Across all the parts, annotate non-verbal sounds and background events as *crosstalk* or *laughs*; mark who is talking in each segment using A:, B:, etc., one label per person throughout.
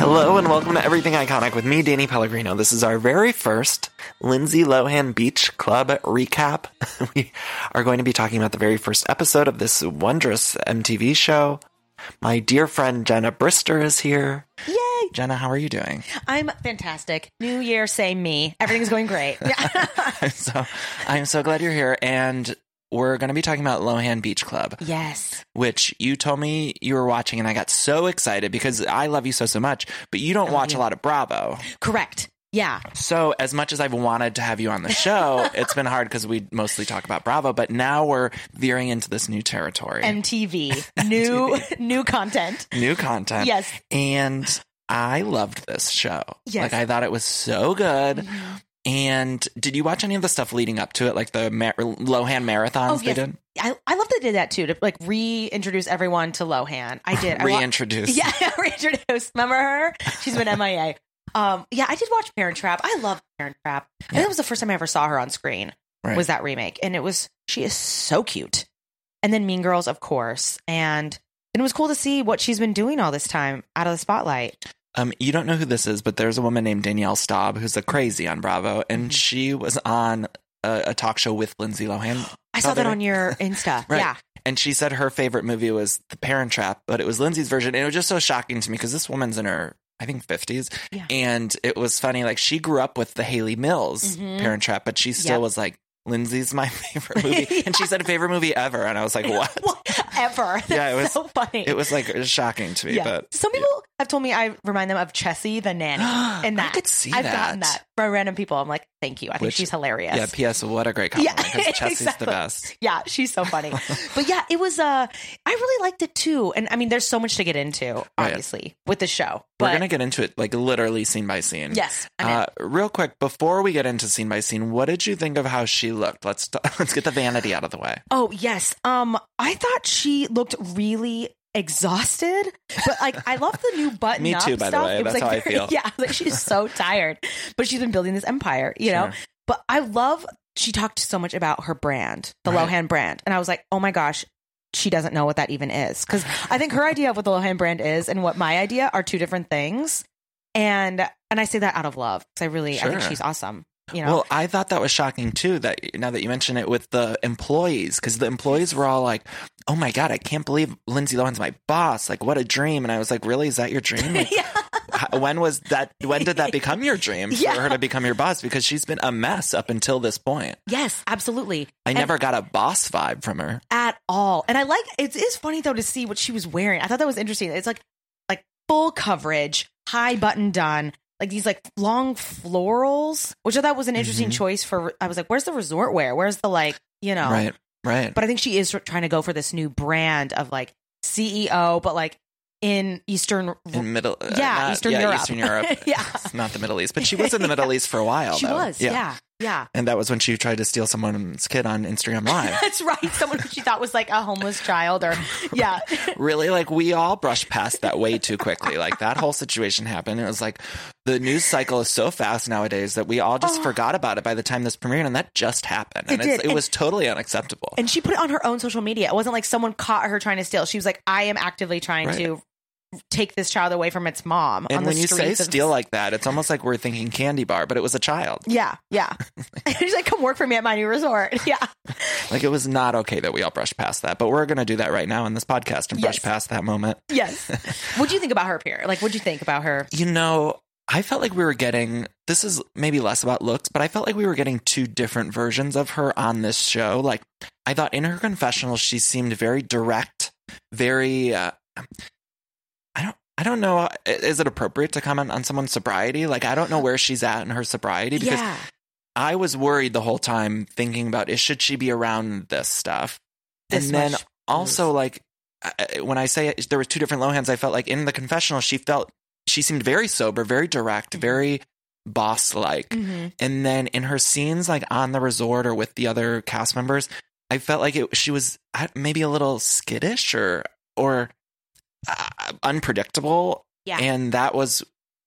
A: Hello and welcome to Everything Iconic with me, Danny Pellegrino. This is our very first Lindsay Lohan Beach Club recap. *laughs* we are going to be talking about the very first episode of this wondrous MTV show. My dear friend Jenna Brister is here.
B: Yay!
A: Jenna, how are you doing? *laughs*
B: I'm fantastic. New year, same me. Everything's
A: *laughs*
B: going great. Yeah.
A: I'm so I'm so glad you're here, and we're going to be talking about Lohan Beach Club.
B: yes.
A: which you told me you were watching, and I got so excited because I love you so so much. But you don't watch a lot of Bravo,
B: Correct. Yeah.
A: so as much as I've wanted to have you on the
B: *laughs*
A: show, it's been hard because we mostly talk about Bravo. But now we're veering into this new territory, *laughs*
B: MTV. New new content.
A: new content.
B: Yes.
A: and I loved this show.
B: Yes. Mm-hmm.
A: like I thought it was so good. And did you watch any of the stuff leading up to it, like the Mar- Lohan
B: Oh,
A: marathons they did?
B: I, I love that they did that too, to like reintroduce everyone to Lohan. I did. I wa-
A: Reintroduce.
B: *laughs* yeah, reintroduce. Remember her? She's been MIA. Um, yeah, I did watch Parent Trap. I love Parent Trap. I think
A: Yeah.
B: that was the first time I ever saw her on screen.
A: Right.
B: was that remake. And it was, she is so cute. And then Mean Girls, of course. And, and it was cool to see what she's been doing all this time out of the spotlight.
A: Um, you don't know who this is, but there's a woman named Danielle Staub who's a crazy on Bravo, and
B: Mhm.
A: she was on a, a talk show with Lindsay Lohan,
B: *gasps* I saw
A: Other-
B: that on your Insta.
A: *laughs* Right.
B: Yeah.
A: and she said her favorite movie was The Parent Trap, but it was Lindsay's version, and it was just so shocking to me because this woman's in her. I think 50s.
B: Yeah.
A: And it was funny. Like, she grew up with the Haley Mills
B: Mhm.
A: Parent Trap, but she still
B: Yep.
A: was like, Lindsay's my *laughs* favorite
B: *laughs*
A: movie. And she said, favorite movie ever. And I was like, what?
B: Ever.
A: *laughs*
B: That's
A: Yeah, it was-
B: so funny.
A: It was like shocking to me.
B: yeah.
A: But
B: Some people have told me I remind them of Chessie
A: *gasps*
B: the nanny. And
A: I
B: that
A: could see
B: I've
A: that.
B: gotten that from random people. I'm like, thank you. I think
A: Which-
B: she's hilarious.
A: Yeah. P.S. What a great compliment.
B: Yeah,
A: Because
B: *laughs*
A: Chessie's
B: exactly.
A: the best.
B: Yeah, she's
A: *laughs*
B: so funny. but yeah, it was uh I really liked it too. And I mean there's so much to get into, obviously, with the show. But
A: Oh, We're gonna get into it like literally scene by scene.
B: yes, I'm in.
A: Uh, real quick, before we get into scene by scene, what did you think of how she looked? Let's t- *laughs* let's get the vanity out of the way.
B: Oh yes. Um, I thought she looked really exhausted, but like I love
A: *laughs*
B: the new button.
A: Me
B: up
A: too, by the
B: stuff.
A: way.
B: It was,
A: That's
B: like,
A: how I feel.
B: *laughs* Yeah, like she's
A: *laughs*
B: so tired, but she's been building this empire, you know.
A: Sure.
B: But I love she talked so much about her brand, the
A: Right.
B: Lohan brand, and I was like, oh my gosh. She doesn't know what that even is because I think her idea of what the Lohan brand is and what my idea are two different things, and and I say that out of love because I really I think
A: Sure.
B: she's awesome. You know,
A: Well, I thought that was shocking too. That now that you mention it with the employees, because the employees were all like, "Oh my god, I can't believe Lindsay Lohan's my boss! Like, what a dream!" And I was like, "Really? Is that your
B: *laughs*
A: dream? Like,
B: yeah,
A: h- when was that? When did that become your
B: *laughs*
A: dream for
B: Yeah.
A: her to become your boss? Because she's been a mess up until this point.
B: yes, absolutely.
A: I
B: And-
A: never got a boss vibe from her.
B: at all. And I like it is funny though to see what she was wearing. I thought that was interesting. It's like like full coverage, high button done, like these like long florals, which I thought was an interesting
A: Mhm.
B: choice for. I was like, where's the resort wear? Where's the like you know?
A: Right, right.
B: Oh. But I think she is trying to go for this new brand of like CEO, but like in Eastern.
A: in Middle uh,
B: Yeah, Eastern Europe.
A: Eastern Europe.
B: *laughs* Yeah.
A: It's not the Middle East, but she
B: *laughs*
A: was in the Middle East for a while.
B: she
A: though.
B: was, yeah, yeah. *laughs*
A: And that was when she tried to steal someone's kid on Instagram Live.
B: That's right. Someone who she thought was like a homeless
A: *laughs*
B: child, or yeah,
A: really, like we all brush past that way too quickly. Like that whole situation happened. It was like the news cycle is so fast nowadays that we all just forgot about it by the time this premiered, and that just happened. And
B: Oh. It
A: it's,
B: did.
A: it
B: And-
A: was totally unacceptable.
B: And she put it on her own social media. It wasn't like someone caught her trying to steal. She was like, I am actively trying
A: Right.
B: to take this child away from its mom. on
A: And
B: the
A: when you say
B: streets of-
A: steal like that, it's almost like we're thinking candy bar, but it was a child.
B: *laughs* Yeah,
A: *laughs*
B: yeah. *laughs* She's like, come work for me at my new resort. *laughs* Yeah.
A: Like it was not okay that we all brushed past that. But we're going to do that right now in this podcast and brush
B: Yes.
A: past that moment. *laughs*
B: Yes. What'd you think about her appear? Like, what'd you think about her?
A: you know, I felt like we were getting this is maybe less about looks, but I felt like we were getting two different versions of her on this show. Like, I thought in her confessional, she seemed very direct, very. Uh, I don't. I don't know. i- Is it appropriate to comment on someone's sobriety? Like, I don't know where she's at in her sobriety because
B: yeah.
A: I was worried the whole time thinking about is should she be around this stuff?
B: This
A: and then
B: much
A: also like I- I- when I say it, there was two different Lohans, I felt like in the confessional she felt she seemed very sober, very direct,
B: Mm-hmm.
A: very boss like.
B: Mhm.
A: And then in her scenes like on the resort or with the other cast members, I felt like it, she was uh, maybe a little skittish or or uh, unpredictable
B: Yeah.
A: and that was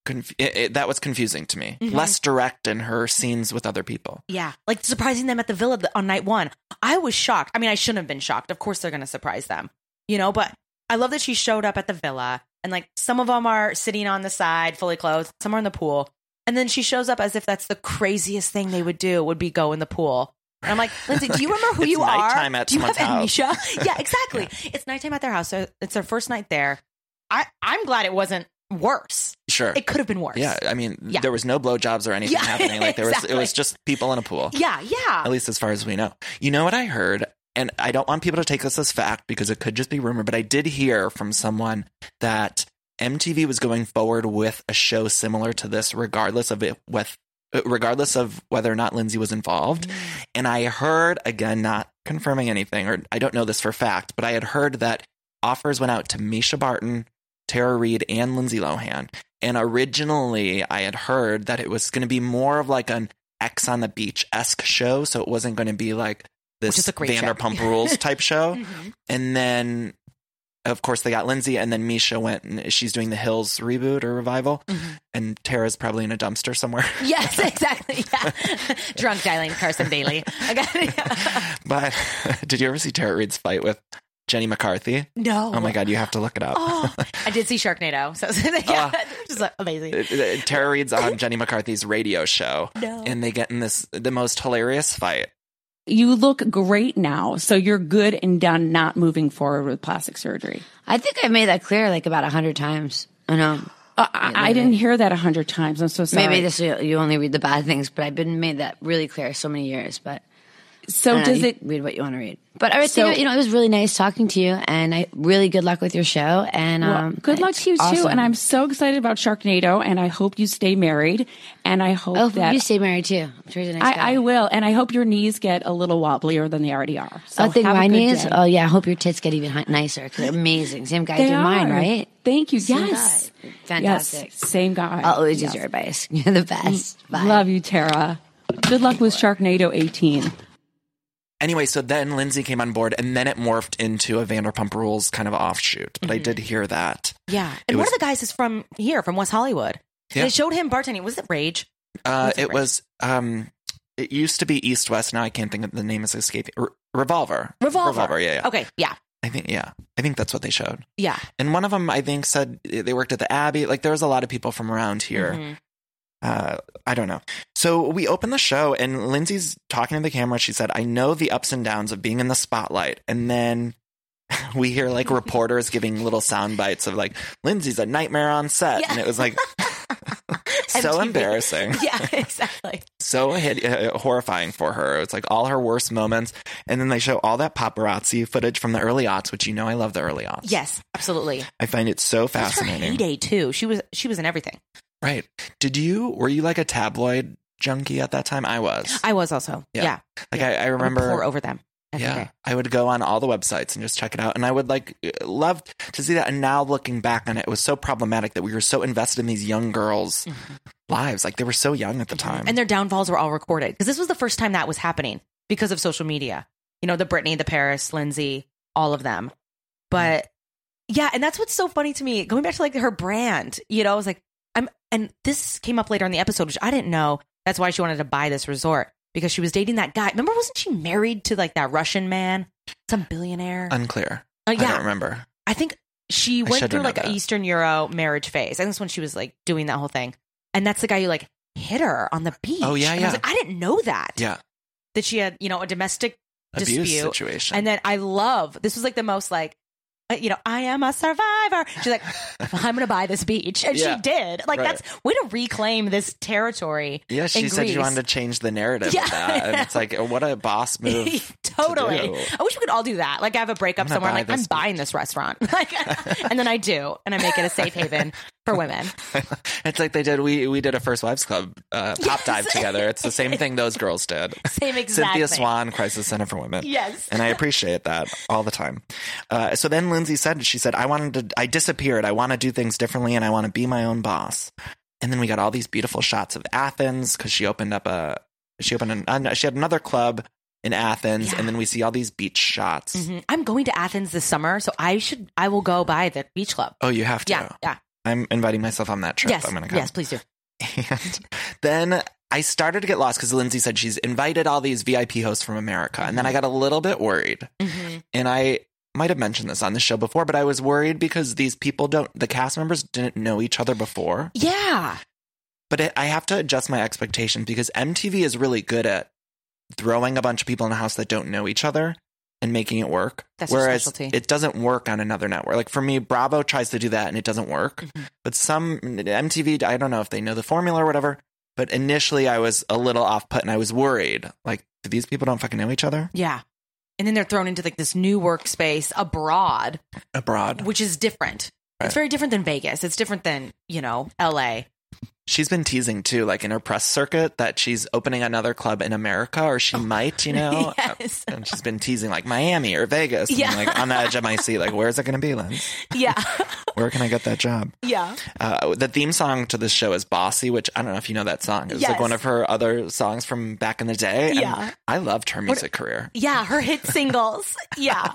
A: conf- it, it- that was confusing to me.
B: Mhm.
A: Less direct in her scenes with other people.
B: Yeah, like surprising them at the villa th- on night one. I was shocked. I mean, I shouldn't have been shocked. Of course, they're going to surprise them, you know. But I love that she showed up at the villa, and like some of them are sitting on the side, fully clothed. Some are in the pool, and then she shows up as if that's the craziest thing they would do would be go in the pool. And I'm like, Lindsay, do you remember
A: *laughs*
B: who
A: It's
B: you are?
A: nighttime at
B: do you have
A: someone's *laughs*
B: amnesia? yeah, exactly. It's nighttime at their house. So it's their first night there. I I'm glad it wasn't worse.
A: Sure.
B: It could have been worse.
A: yeah, I mean,
B: Yeah.
A: there was no blowjobs or anything
B: Yeah,
A: happening. Like
B: *laughs*
A: there was, it was
B: exactly.
A: just people in a pool.
B: Yeah. Yeah.
A: At least as far as we know. You know what I heard, and I don't want people to take this as fact because it could just be rumor. But I did hear from someone that MTV was going forward with a show similar to this, regardless of it with. Regardless of whether or not Lindsay was involved. And I heard, again, not confirming anything, or I don't know this for fact, but I had heard that offers went out to Misha Barton, Tara Reid, and Lindsay Lohan. And originally, I had heard that it was going to be more of like an X on the Beach esque show. So it wasn't going to be like
B: Which
A: this
B: is a great show. *laughs*
A: Vanderpump Rules type show.
B: Mhm.
A: And then, of course, they got Lindsay, and then Misha went and she's doing the Hills reboot or revival.
B: Mm-hmm.
A: And Tara's probably in a dumpster
B: *laughs*
A: somewhere. *laughs*
B: Yes, exactly. Yeah. Drunk dialing Carson Daly. I got it.
A: but *laughs* did you ever see Tara Reid's fight with Jenny McCarthy?
B: No.
A: Oh my God, you have to look it up.
B: Oh,
A: *laughs*
B: I did see Sharknado. So *laughs* yeah,
A: Ah.
B: just like, amazing.
A: Tara Reid's on Jenny McCarthy's radio show,
B: No.
A: and they get in this the most hilarious fight.
C: You look great now, so you're good and done not moving forward with plastic surgery.
D: I think I made that clear like about a hundred times. I know.
C: Uh, I, I didn't hear that a hundred times. I'm so sorry.
D: Maybe this you only read the bad things, but I've been made that really clear so many years. But
C: so
D: I don't know,
C: Oh, does
D: you
C: it?
D: read what you want to read? But I would
C: So-
D: think you know it was really nice talking to you, and I really good luck with your show. And
C: Well,
D: um,
C: good luck
D: it's
C: to you too.
D: awesome.
C: And I'm so excited about Sharknado, and I hope you stay married. And I hope
D: oh
C: that
D: you stay married too. I'm sure he's a nice guy.
C: I, I will, and I hope your knees get a little wobblier than they already are. So
D: oh, think
C: have a
D: my
C: good
D: knees.
C: day.
D: Oh yeah, I hope your tits get even hi- nicer because they're amazing. Same guy
C: They
D: did mine,
C: are.
D: right?
C: Thank you.
D: Same
C: yes,
D: guy. Fantastic.
C: Yes, same guy.
D: I'll always
C: Yes.
D: use your advice. *laughs* You're the best. Bye.
C: Mm. Love you, Tara. Good luck with Sharknado 18.
A: Anyway, so then Lindsay came on board, and then it morphed into a Vanderpump Rules kind of offshoot. But I
B: Mm-hmm.
A: did hear that.
B: Yeah.
A: It
B: And one
A: was-
B: of the guys is from here, from West Hollywood.
A: Yeah.
B: They showed him bartending. Was it Rage?
A: Uh,
B: That's
A: it
B: right.
A: was um, it used to be East West. Now I can't think of the name is escaping. Re- Revolver.
B: Revolver.
A: Revolver. Yeah, yeah.
B: Okay. Yeah.
A: I think yeah. I think that's what they showed.
B: Yeah.
A: And one of them, I think, said they worked at the Abbey. Like there was a lot of people from around here.
B: Mhm.
A: uh, I don't know. So we open the show, and Lindsay's talking to the camera. She said, "I know the ups and downs of being in the spotlight," and then *laughs* we hear
B: *laughs*
A: like reporters giving little sound bites of like Lindsay's a nightmare on set,
B: Yeah. *laughs*
A: and it was like *laughs* so
B: MTV.
A: embarrassing,
B: *laughs* Yeah, exactly.
A: so hid- uh, horrifying for her. It's like all her worst moments, and then they show all that paparazzi footage from the early aughts, which you know I love the early aughts.
B: Yes, absolutely.
A: I find it so
B: That's her
A: fascinating.
B: heyday too. She was she was in everything.
A: Right? Did you were you like a tabloid junkie at that time? I was.
B: I was also.
A: Yeah.
B: Yeah.
A: like
B: yeah.
A: I, I
B: I would
A: remember.
B: pour over them. every
A: yeah,
B: day.
A: I would go on all the websites and just check it out, and I would like love to see that. And now looking back on it, it was so problematic that we were so invested in these young girls' lives. Like they were so young at the time.
B: Mm-hmm. And their downfalls were all recorded because this was the first time that was happening because of social media. You know, the Britney, the Paris, Lindsay, all of them. But yeah, and that's what's so funny to me. Going back to like her brand, you know, I was like, I'm, and this came up later in the episode, which I didn't know. That's why she wanted to buy this resort because she was dating that guy. Remember, wasn't she married to like that Russian man, some billionaire?
A: unclear.
B: Uh,
A: I don't
B: yeah,
A: remember.
B: I think she
A: I should
B: went through
A: know
B: like
A: that.
B: an Eastern Euro marriage phase. I think that's when she was like doing that whole thing. And that's the guy who like hit her on the beach.
A: Oh, yeah,
B: And
A: yeah.
B: I, was like, I didn't know that.
A: Yeah,
B: That she had, you know, a domestic
A: abuse
B: dispute.
A: situation.
B: And then I love this was like the most like uh, you know, I am a survivor. She's like, I'm gonna buy this beach. And
A: Yeah.
B: she did. Like
A: Right.
B: that's way to reclaim this territory. *laughs*
A: yeah, she
B: in
A: said she
B: Greece.
A: wanted to change the narrative.
B: Yeah.
A: of that. and it's like what a
B: *laughs*
A: boss move.
B: totally.
A: to do.
B: I wish we could all do that. Like I have a breakup
A: I'm gonna
B: somewhere,
A: buy
B: *laughs* like I'm
A: this *laughs*
B: buying this restaurant. Like and then I do, and I make it a safe haven for women.
A: it's like they did. We we did a first wives club
B: *laughs*
A: uh, pop dive together. It's the same thing those girls did.
B: Same exact
A: Cynthia
B: thing.
A: Swan, Crisis Center for Women.
B: Yes.
A: and I appreciate that all the time. Uh, so then Lindsay said, she said, I wanted to, I disappeared. I want to do things differently, and I want to be my own boss. And then we got all these beautiful shots of Athens because she opened up a she opened an, an she had another club in Athens,
B: Yeah.
A: and then we see all these beach shots.
B: Mhm. I'm going to Athens this summer, so I should I will go by the beach club.
A: Oh, you have to.
B: yeah, yeah.
A: I'm inviting myself on that trip.
B: yes,
A: I'm going to come.
B: yes, please do.
A: And then I started to get lost because Lindsay said she's invited all these VIP hosts from America. And then I got a little bit worried.
B: Mhm.
A: And I might have mentioned this on the show before, but I was worried because these people don't, the cast members didn't know each other before.
B: Yeah,
A: But it, I have to adjust my expectations because MTV is really good at throwing a bunch of people in a house that don't know each other and making it work.
B: That's their
A: Whereas
B: specialty.
A: it doesn't work on another network. Like for me, Bravo tries to do that and it doesn't work.
B: Mm-hmm.
A: But some MTV, I don't know if they know the formula or whatever. But initially, I was a little off put and I was worried. Like, do these people don't fucking know each other
B: yeah. And then they're thrown into like this new workspace abroad,
A: abroad?
B: which is different. It's very different than Vegas. It's different than you know
A: *laughs*
B: L.A.
A: She's been teasing too, like in her press circuit, that she's opening another club in America or she might, you know?
B: Oh. *laughs* yes.
A: and she's been teasing like Miami or Vegas. Yeah.
B: Yeah.
A: And I'm like on the edge of my seat, like, where's it going to be, Lynn?
B: yeah.
A: Where can I get that job?
B: yeah.
A: Uh, the theme song to this show is Bossy, which I don't know if you know that song. It was like
B: Yes.
A: one of her other songs from back in the day. and
B: Yeah.
A: I loved her music career.
B: Yeah. Her hit singles. Yeah.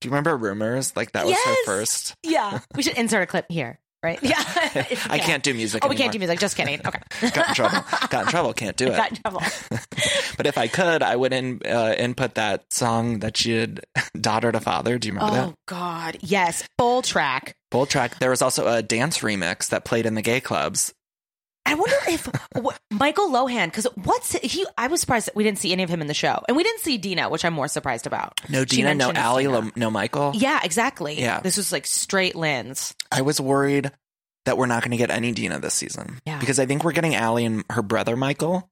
A: Do you remember Rumors? Like that was her
B: Yes.
A: first. *laughs*
B: Yeah. We should insert a clip here, right? Yeah. *laughs*
A: I can't do music
B: Oh, we can't do
A: anymore.
B: music. Just kidding.
A: *laughs*
B: Okay.
A: Got in trouble. Got in trouble. Can't do it.
B: *laughs* Got in trouble.
A: *laughs* but if I could, I would in, uh, input that song that she did, *laughs* Daughter to Father. Do you remember that?
B: Oh God. Yes. Full track.
A: Full track. There was also a dance remix that played in the gay clubs.
B: I wonder if wh- Michael Lohan, because what's he? I was surprised that we didn't see any of him in the show, and we didn't see Dina, which I'm more surprised about.
A: No
B: She
A: Dina, no
B: mentions
A: Allie,
B: Dina.
A: lo- no Michael.
B: Yeah, exactly.
A: Yeah.
B: this was like straight lens.
A: I was worried that we're not going to get any Dina this season.
B: Yeah. Mm-hmm.
A: Because I think we're getting Allie and her brother Michael.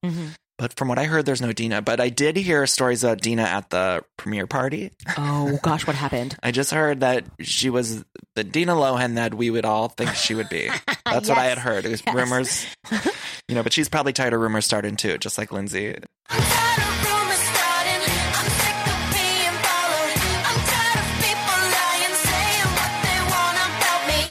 A: But from what I heard, there's no Dina. But I did hear stories about Dina at the premiere party.
B: Oh gosh, what happened?
A: I just heard that she was the Dina Lohan that we would all think she would be. That's what I had heard. It was rumors. you know, but she's probably tired of rumors starting too, just like Lindsay.
E: I'm tired of rumors starting. I'm sick of being followed. I'm tired of people lying, saying what they want about me.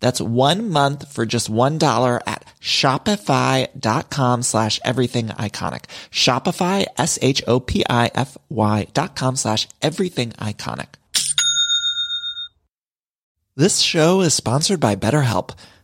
F: That's one month for just $1 at shopify.com slash everything iconic. Shopify, S-H-O-P-I-F-Y dot com slash everything iconic. This show is sponsored by BetterHelp.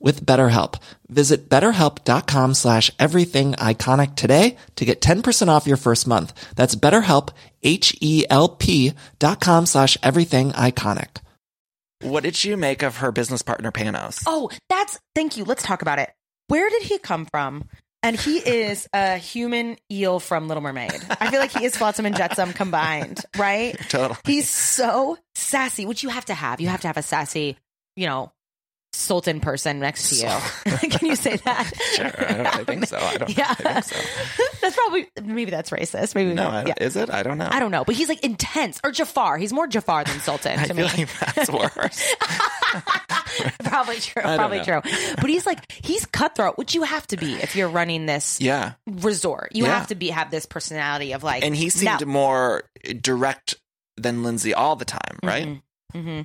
F: with BetterHelp. Visit betterhelp.com slash everything iconic today to get 10% off your first month. That's betterhelp, H-E-L-P dot com slash everything iconic.
A: What did you make of her business partner Panos?
B: Oh, that's thank you. Let's talk about it. Where did he come from? And he is a human eel from Little Mermaid. I feel like he is Flotsam and Jetsam combined, right?
A: *laughs* Totally.
B: He's so sassy, which you have to have. You have to have a sassy, you know, sultan person next to you. *laughs* Can you say that? *laughs*
A: Sure, I don't- I think so. I *laughs* don't- I think so.
B: that's probably maybe that's racist. Maybe
A: no,
B: not.
A: I don't-
B: *laughs* Yeah.
A: is it? I don't know.
B: I don't know, but he's like intense or Jafar. He's more Jafar than
A: *laughs*
B: Sultan.
A: I
B: to
A: feel
B: me.
A: like
B: *laughs*
A: that's worse.
B: probably true.
A: don't
B: Probably
A: know.
B: true. But he's like he's cutthroat, which you have to be if you're running this
A: yeah.
B: resort. You
A: Yeah.
B: have to be have this personality of like,
A: And he seemed more direct than Lindsay all the time, right?
B: hmm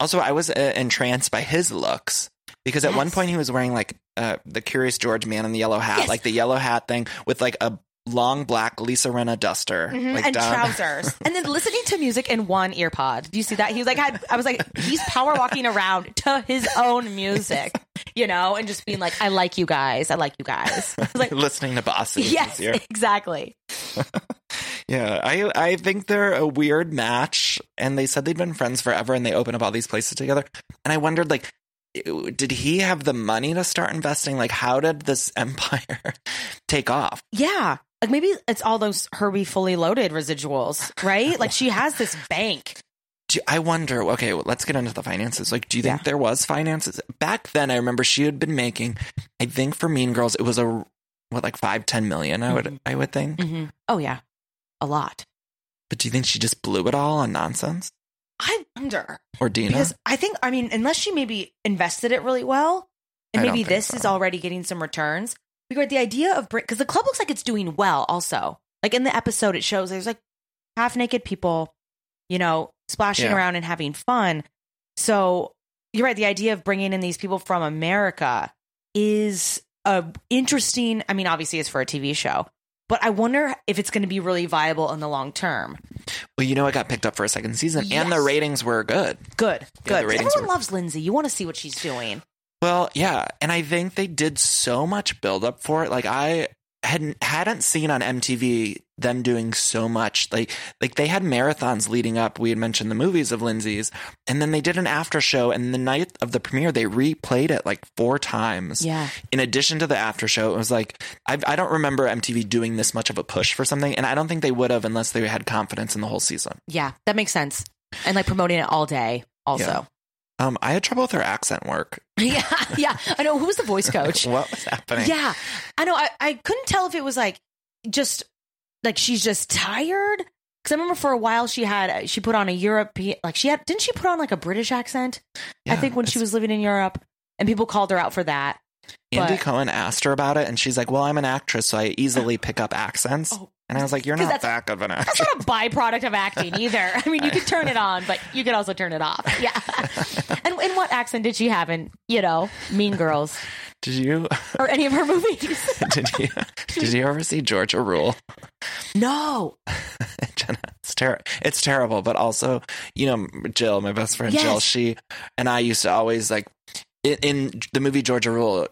A: Also, I was uh, entranced by his looks because at one
B: Yes.
A: point he was wearing like uh, the Curious George man in the yellow hat,
B: Yes.
A: like the yellow hat thing with like a long black Lisa Renna duster like,
B: Mm-hmm. and
A: down-
B: trousers, and then listening to music in one ear pod. Do you see that? He was like, had, I was like, he's power walking around to his own music, you know, and just being like, I like you guys, I like you guys. I
A: *laughs*
B: was
A: *laughs*
B: like,
A: listening to Bossy. this
B: yes,
A: year.
B: exactly.
A: Yeah, I I think they're a weird match, and they said they'd been friends forever, and they open up all these places together. And I wondered, like, did he have the money to start investing? Like, how did this *laughs* empire take off?
B: Yeah. Like maybe it's all those Herbie fully loaded residuals, right? Like she has this bank.
A: Do, I wonder. Okay, well, let's get into the finances. Like, do you think there was finances back then? I remember she had been making. I think for Mean Girls, it was a what like five ten million. I
B: Mm-hmm.
A: would I would think.
B: Oh yeah, a lot.
A: But do you think she just blew it all on nonsense?
B: I wonder
A: Or Dina?
B: because I think I mean unless she maybe invested it really well, and
A: I don't
B: maybe
A: think
B: this
A: so.
B: is already getting some returns. Because the idea of because the club looks like it's doing well. Also, like in the episode, it shows there's like half naked people, you know, splashing
A: Yeah.
B: around and having fun. So you're right. The idea of bringing in these people from America is a interesting. I mean, obviously, it's for a TV show, but I wonder if it's going to be really viable in the long term.
A: well, you know, it got picked up for a second season, and the
B: Yes.
A: ratings were good.
B: Good,
A: Yeah, the
B: good.
A: ratings
B: Everyone
A: were-
B: loves Lindsay. You want to see what she's doing.
A: Well, yeah, and I think they did so much build up for it. Like I hadn't hadn't seen on MTV them doing so much. Like like they had marathons leading up. We had mentioned the movies of Lindsay's, and then they did an after show. And the night of the premiere, they replayed it like four times.
B: Yeah.
A: In addition to the after show, it was like I, I don't remember MTV doing this much of a push for something, and I don't think they would have unless they had confidence in the whole season.
B: Yeah, that makes sense. And like promoting it all day also.
A: Um, I had trouble with her accent work. *laughs*
B: Yeah, *laughs* yeah. I know. Who was the voice coach?
A: What was happening?
B: yeah. I know. I, I couldn't tell if it was like just like she's just tired. Cause I remember for a while she had, she put on a European, like she had, didn't she put on like a British accent? I
A: Yeah,
B: think when she was living in Europe and people called her out for that.
A: Andy
B: But-
A: Cohen asked her about it, and she's like, "Well, I'm an actress, so I easily pick up accents." and I was like, "You're
B: 'Cause
A: not
B: Oh, that's-
A: that good of an
B: That's
A: actress."
B: not a byproduct of acting either. I mean, you could turn it on, but you could also turn it *laughs* off. Yeah. And, and what accent did she have in, you know, Mean Girls
A: *laughs* Did you? *laughs*
B: or any of her movies?
A: Did you? Did you ever see Georgia Rule?
B: *laughs* No.
A: *laughs* Jenna, it's terrible. It's terrible, but also, you know, Jill, my best friend Jill,
B: Yes.
A: she and I used to always like in, in the movie Georgia Rule.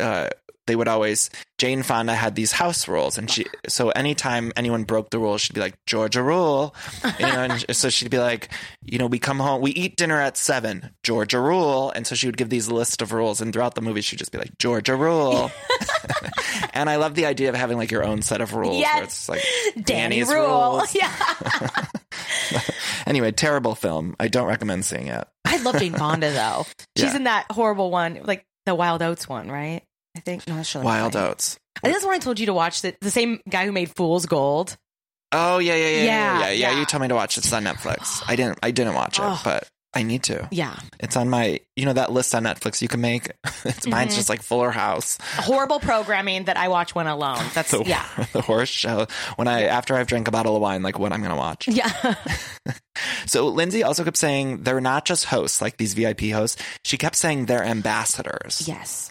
A: Uh, they would always Jane Fonda had these house rules, and she so anytime anyone broke the rules, she'd be like Georgia Rule, you know,
B: *laughs*
A: and so she'd be like, you know, we come home, we eat dinner at seven, Georgia Rule, and so she would give these list of rules, and throughout the movie, she'd just be like Georgia Rule, *laughs* and I love the idea of having like your own set of rules.
B: Yes.
A: where it's like
B: Danny
A: Danny's
B: Rule.
A: rules.
B: *laughs* Yeah.
A: Anyway, terrible film. I don't recommend seeing it.
B: I love Jane Fonda though. She's
A: Yeah.
B: in that horrible one, like the Wild Oats one, right? I think. No, that's Shirley
A: Wild
B: Oats.
A: Oats.
B: I think that's when I told you to watch the, the same guy who made Fool's Gold.
A: Oh yeah, yeah, yeah, yeah, yeah.
B: Yeah,
A: yeah, yeah.
B: yeah.
A: You told me to watch. It's on
B: *gasps*
A: Netflix. I didn't. I didn't watch it,
B: Ugh.
A: but I need to.
B: Yeah.
A: It's on my. You know that list on Netflix you can make. *laughs* It's
B: Mm-hmm.
A: mine's just like Fuller House. *laughs*
B: Horrible programming that I watch when alone. That's
A: The,
B: yeah.
A: *laughs* the horse show. When I after I've drank a bottle of wine, like what I'm gonna
B: *laughs*
A: watch.
B: Yeah.
A: So Lindsay also kept saying they're not just hosts, like these VIP hosts. She kept saying they're ambassadors.
B: yes.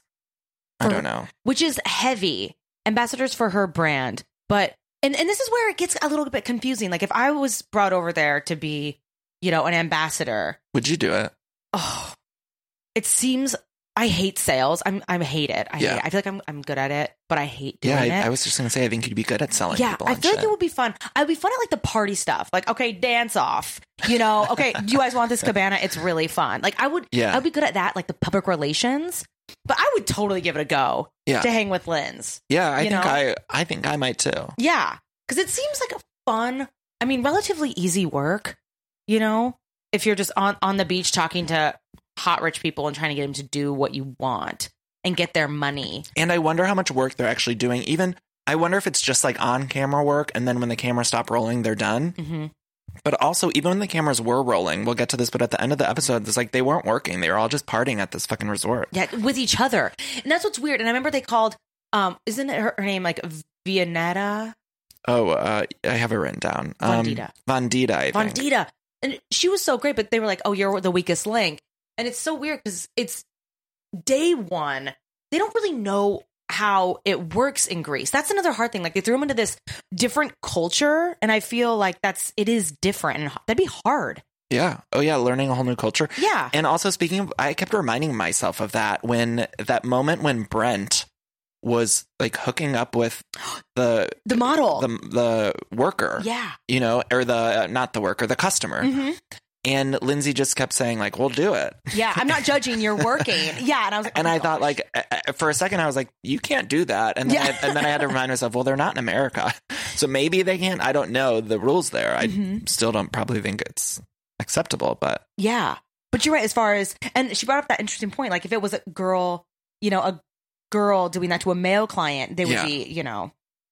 A: I don't know.
B: Which is heavy. Ambassadors for her brand. But and, and this is where it gets a little bit confusing. Like if I was brought over there to be, you know, an ambassador,
A: Would you do it?
B: oh, it seems I hate sales. I'm I hate it. I
A: Yeah.
B: hate it. I feel like I'm I'm good at it, but I hate doing
A: Yeah,
B: it.
A: I, I was just gonna say I think you'd be good at selling
B: yeah,
A: people.
B: I
A: on
B: feel like
A: shit.
B: it would be fun. I'd be fun at like the party stuff. Like, okay, dance off. You know, okay, do you guys want this cabana? It's really fun. Like I would
A: Yeah.
B: I'd be good at that, like the public relations. But I would totally give it a go
A: Yeah.
B: to hang with Lynn's.
A: yeah, I
B: you
A: think
B: know?
A: I I think I might too.
B: Yeah. Cause it seems like a fun, I mean, relatively easy work, you know, if you're just on, on the beach talking to hot rich people and trying to get them to do what you want and get their money.
A: And I wonder how much work they're actually doing. Even I wonder if it's just like on camera work, and then when the camera stop rolling, they're done.
B: Mm-hmm.
A: But also, even when the cameras were rolling, we'll get to this. But at the end of the episode, it's like they weren't working; they were all just partying at this fucking resort.
B: Yeah. With each other. And that's what's weird. And I remember they called, um, isn't it her, her name like Vianetta?
A: Oh, uh, I have it written down. Um,
B: Vandita.
A: Vandita. I think.
B: Vandita. And she was so great, but they were like, oh, you're the weakest link. And it's so weird because it's day one. They don't really know how it works in Greece. That's another hard thing. Like they threw them into this different culture. And I feel like that's, it is different. And that'd be hard.
A: Yeah. Oh, yeah. Learning a whole new culture.
B: Yeah.
A: And also, speaking of, I kept reminding myself of that when that moment when Brent was like hooking up with *gasps* the
B: The model.
A: the the worker.
B: yeah.
A: You know, or the uh, not the worker, the customer.
B: Mhm.
A: And Lindsay just kept saying like, "We'll do it."
B: Yeah. I'm not judging.
A: *laughs*
B: You're working. Yeah. And I was like, oh
A: And
B: my
A: I thought,
B: gosh.
A: like, a- a- for a second, I was like, "You can't do that," and then,
B: Yeah.
A: I, and then I had to remind myself, "Well, they're not in America, so maybe they can't." I don't know the rules there. I
B: Mm-hmm.
A: still don't probably think it's acceptable, but
B: Yeah. But you're right as far as and she brought up that interesting point. Like if it was a girl, you know, a girl doing that to a male client, they would
A: Yeah.
B: be, you know.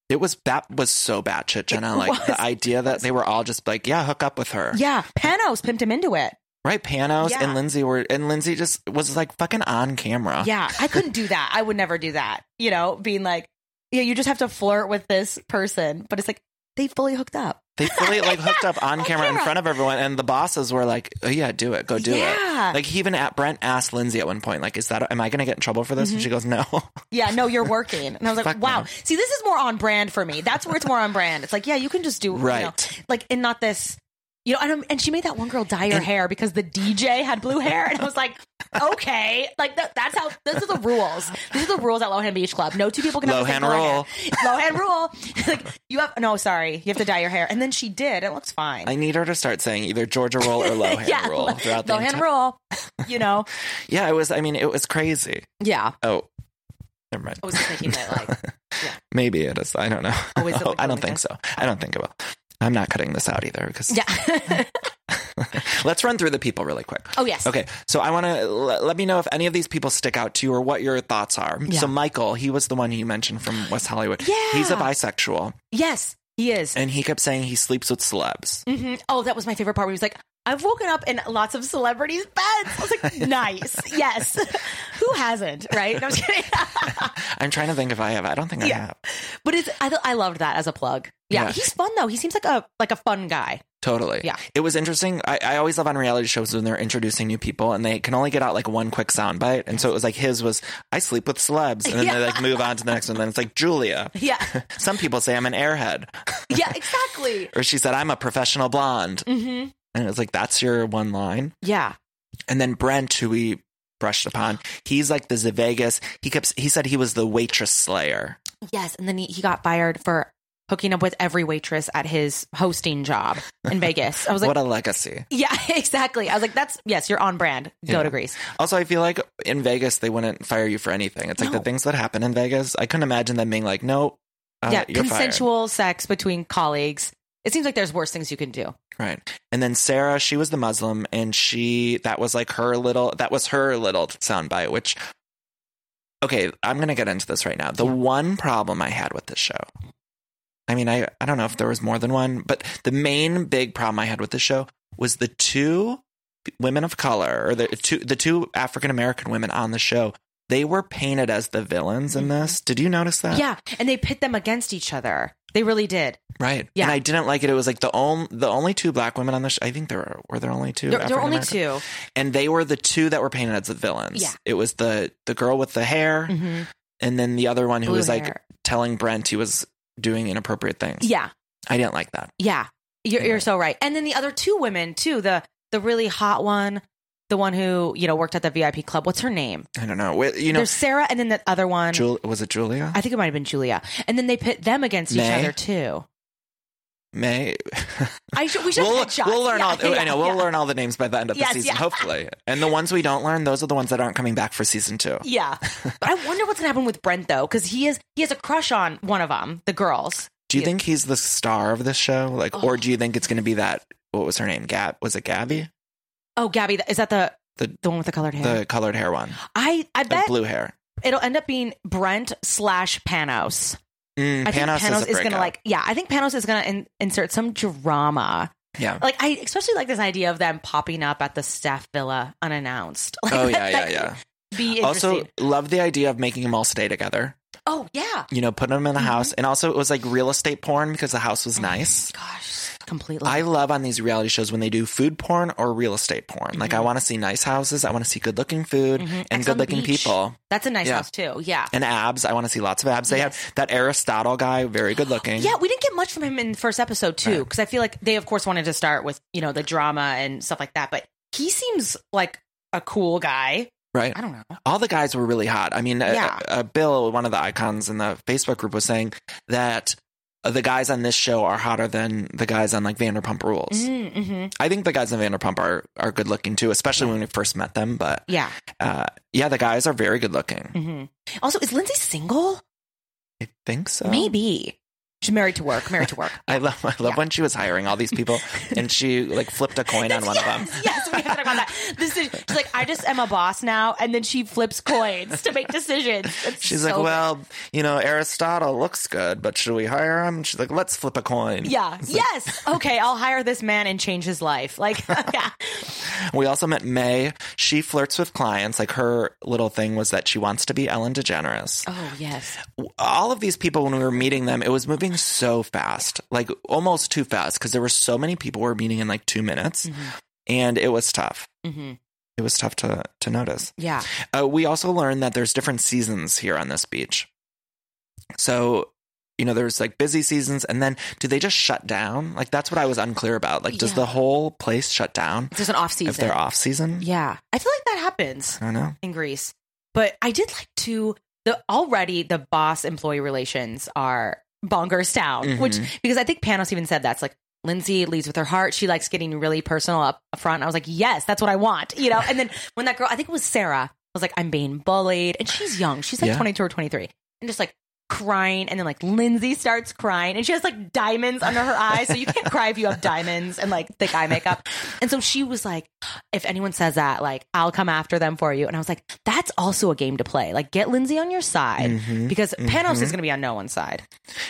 A: It was that was so batshit, Jenna.
B: It
A: Like
B: was.
A: the idea that they were all just like, yeah, hook up with her,
B: Yeah. Panos pimped him into it.
A: right? Panos
B: Yeah.
A: and Lindsay were, and Lindsay just was like fucking on camera.
B: Yeah. I couldn't do that. I would never do that. You know, being like, Yeah, you just have to flirt with this person. But it's like they fully hooked up.
A: they fully like hooked up on,
B: *laughs* on
A: camera, in
B: camera.
A: front of everyone, and the bosses were like, oh, yeah, do it, go do
B: Yeah.
A: it. Like he even at Brent asked Lindsay at one point, like, is that am I going to get in trouble for this?
B: Mm-hmm.
A: And she goes, no. *laughs*
B: Yeah, no, you're working. And I was like,
A: Fuck
B: wow.
A: no.
B: See, this is more on brand for me. That's where it's more on brand. It's like, yeah, you can just do you know,
A: Right.
B: like, and not this. You know, and, I'm- and she made that one girl dye her
A: And-
B: hair because the DJ had blue hair, and I was like, "Okay, like that, that's how. Those are the rules. These are the rules at Lohan Beach Club. No two people can have the same
A: Lohan
B: color hair. Lohan rule. *laughs* like you have no, sorry, you have to dye your hair. And then she did. It looks fine. *laughs*
A: I need her to start saying either Georgia roll or Lohan roll throughout the
B: Lohan
A: entire-
B: rule. You know,
A: Yeah, it was. I mean, it was crazy.
B: yeah.
A: Oh, never mind.
B: I was thinking that like
A: *laughs* Maybe it is. I don't know. *laughs*
B: Oh, is it like
A: I don't
B: really
A: think
B: good?
A: so. I don't think it will. I'm not cutting this out either because
B: yeah. *laughs*
A: *laughs* let's run through the people really quick.
B: oh yes.
A: Okay, so I want to let me know if any of these people stick out to you or what your thoughts are.
B: Yeah.
A: So Michael, he was the one you mentioned from West Hollywood.
B: Yeah.
A: he's a bisexual,
B: Yes, he is.
A: and he kept saying he sleeps with celebs.
B: hmm Oh, that was my favorite part. Where he was like, "I've woken up in lots of celebrities' beds." I was
A: *laughs*
B: like, "Nice, yes." *laughs* Who hasn't, right? No, I'm
A: *laughs*
B: just kidding. *laughs*
A: I'm trying to think if I have. I don't think I
B: Yeah.
A: have.
B: but it's I, th- I loved that as a plug. Yeah,
A: Yeah.
B: he's fun though. He seems like a like a fun guy. *laughs*
A: Totally.
B: Yeah.
A: It was interesting. I, I always love on reality shows when they're introducing new people and they can only get out like one quick soundbite. And so it was like his was, I sleep with celebs. And then they like move on to the next one. And then it's like, Julia.
B: Yeah,
A: *laughs* Some people say I'm an
B: *laughs*
A: airhead.
B: yeah, exactly.
A: Or she said, I'm a professional blonde.
B: hmm
A: And it was like, that's your one line.
B: Yeah,
A: And then Brent, who we brushed upon, he's like the Zevegas. He kept, he said he was the waitress slayer.
B: yes. And then he, he got fired for hooking up with every waitress at his hosting job
A: *laughs*
B: in Vegas. I was like,
A: what a legacy.
B: *laughs* yeah, exactly. I was like, that's yes, you're on brand. Go
A: Yeah.
B: to Greece.
A: Also, I feel like in Vegas, they wouldn't fire you for anything. It's like the things that happen in Vegas. I couldn't imagine them being like, no, uh,
B: yeah,
A: you're fired.
B: consensual sex between colleagues. It seems like there's worse things you can do.
A: Right. And then Sarah, she was the Muslim and she that was like her little that was her little soundbite, which Okay, I'm gonna get into this right now. The one problem I had with this show. I mean, I, I don't know if there was more than one, but the main big problem I had with this show was the two women of color or the two the two African American women on the show, they were painted as the villains in this. Did you notice that?
B: Mm-hmm. Yeah, and they pit them against each other. They really did.
A: Right.
B: Yeah.
A: And I didn't like it. It was like the only the only two black women on the show. I think there were were there only two.
B: There, there were only
A: African-American?
B: 2
A: and they were the two that were painted as the villains.
B: Yeah.
A: It was the the girl with the hair,
B: Mm-hmm.
A: and then the other one who
B: Blue
A: was like
B: hair.
A: telling Brent he was doing inappropriate things.
B: Yeah,
A: I didn't like that.
B: yeah. You're,
A: Yeah.
B: you're so right. And then the other two women too. The the really hot one the one who you know worked at the VIP club. What's her name?
A: I don't know. Wait, You know,
B: There's Sarah, and then the other one.
A: Jul- was it Julia?
B: I think it might have been Julia. And then they pit them against each
A: May?
B: other too.
A: May.
B: I should, we should
A: We'll,
B: have headshots.
A: we'll learn
B: Yeah,
A: all.
B: yeah,
A: I know we'll
B: yeah.
A: learn all the names by the end of the
B: Yes,
A: season,
B: yeah.
A: hopefully. And the ones we don't learn, those are the ones that aren't coming back for season two.
B: Yeah,
A: *laughs*
B: but I wonder what's gonna happen with Brent though, because he is he has a crush on one of them, the girls.
A: Do you think he's the star of this show? Like, or do you think it's going to be that? What was her name? Gab? Was it Gabby?
B: Oh, Gabby, th- is that the
A: The-
B: the, one with the colored hair?
A: The colored hair one,
B: I I
A: the
B: bet
A: blue hair.
B: it'll end up being Brent slash Panos.
A: Mm,
B: I
A: Panos,
B: think Panos is,
A: is, a
B: gonna
A: breakup.
B: like yeah. I think Panos is gonna in, insert some drama.
A: Yeah.
B: *laughs* Like I especially like this idea of them popping up at the staff villa unannounced. *laughs* Like,
A: oh yeah,
B: that-
A: yeah,
B: that
A: yeah.
B: could Be interesting.
A: Also, love the idea of making them all stay together.
B: oh yeah.
A: You know, putting them
B: Mm-hmm.
A: in a house, and also it was like real estate porn because the house
B: Oh,
A: was nice.
B: Gosh, completely.
A: I love on these reality shows when they do food porn or real estate porn. Like, I want to see nice houses. I want to see good looking food
B: Mhm.
A: and
B: Ex Mm-hmm. on
A: good
B: the
A: looking
B: beach.
A: people
B: That's a nice
A: Yeah.
B: house too. Yeah.
A: and abs. I want to see lots of abs. They have that Aristotle guy,
B: *gasps*
A: very good looking.
B: Yeah, we didn't get much from him in the first episode too, because I feel like they, of course, wanted to start with you know the drama and stuff like that. But he seems like a cool guy.
A: Right.
B: I don't know.
A: all the guys were really hot. I mean, uh,
B: Yeah.
A: uh, Bill, one of the icons in the Facebook group, was saying that uh, the guys on this show are hotter than the guys on like Vanderpump Rules.
B: Mm-hmm.
A: I think the guys on Vanderpump are are good looking too, especially when we first met them. But
B: Yeah.
A: uh, yeah, the guys are very good looking.
B: hmm Also, is Lindsay single?
A: I think so.
B: Maybe she's married to work. Married to work.
A: I love I love
B: Yeah.
A: when she was hiring all these people and she like flipped a coin on one of them.
B: *laughs* yes, yes, we have to talk about that. This is she's like, I just am a boss now, and then she flips coins to make decisions. It's
A: *laughs* She's
B: so
A: like,
B: good.
A: well, you know, Aristotle looks good, but should we hire him? She's like, let's flip a coin.
B: Yeah. Yes. Okay. I'll hire this man and change his life. Like, *laughs* yeah.
A: We also met May. She flirts with clients. Like her little thing was that she wants to be Ellen DeGeneres.
B: Oh yes.
A: All of these people, when we were meeting them, it was moving so fast, like almost too fast, because there were so many people we were meeting in like two minutes, and it was tough.
B: Mm-hmm.
A: It was tough to to notice.
B: Yeah.
A: Uh, we also learned that there's different seasons here on this beach. So. You know, there's like busy seasons, and then do they just shut down? Like, that's what I was unclear about. Like, does
B: Yeah.
A: the whole place shut down
B: There's an off season.
A: if they're off season?
B: Yeah. I feel like that happens
A: I don't know.
B: in Greece. But I did like to the already the boss employee relations are bonkers town, which because I think Panos even said that's like Lindsay leads with her heart. She likes getting really personal up front. I was like, yes, that's what I want, you know. And then when that girl, I think it was Sarah, was like, I'm being bullied, and she's young. She's like
A: Yeah.
B: 22 or 23, and just like crying, and then like Lindsay starts crying, and she has like diamonds under her eyes, so you can't
A: *laughs*
B: cry if you have diamonds and like thick eye makeup. And so she was like, if anyone says that, like, I'll come after them for you. And I was like, that's also a game to play. Like, get Lindsay on your side because Panos is going to be on no one's side.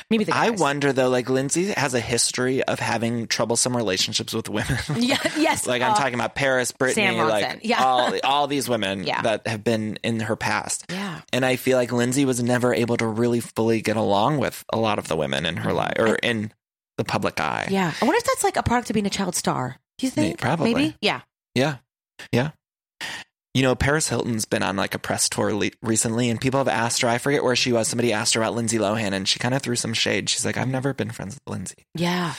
B: Maybe the
A: Mm-hmm. I
B: guys.
A: wonder though, like Lindsay has a history of having troublesome relationships with women.
B: *laughs*
A: *laughs*
B: Yeah, yes.
A: like I'm
B: uh,
A: talking about Paris, Brittany,
B: Sam Robinson.
A: like
B: *laughs* Yeah.
A: all all these women
B: Yeah.
A: that have been in her past.
B: Yeah.
A: And I feel like Lindsay was never able to really fully get along with a lot of the women in her life or in the public eye.
B: Yeah. I wonder if that's like a product of being a child star. Do you
A: May-
B: think?
A: probably.
B: Maybe? Yeah.
A: Yeah. Yeah. You know, Paris Hilton's been on like a press tour le- recently, and people have asked her. I forget where she was. Somebody asked her about Lindsay Lohan, and she kind of threw some shade. She's like, I've never been friends with Lindsay.
B: Yeah.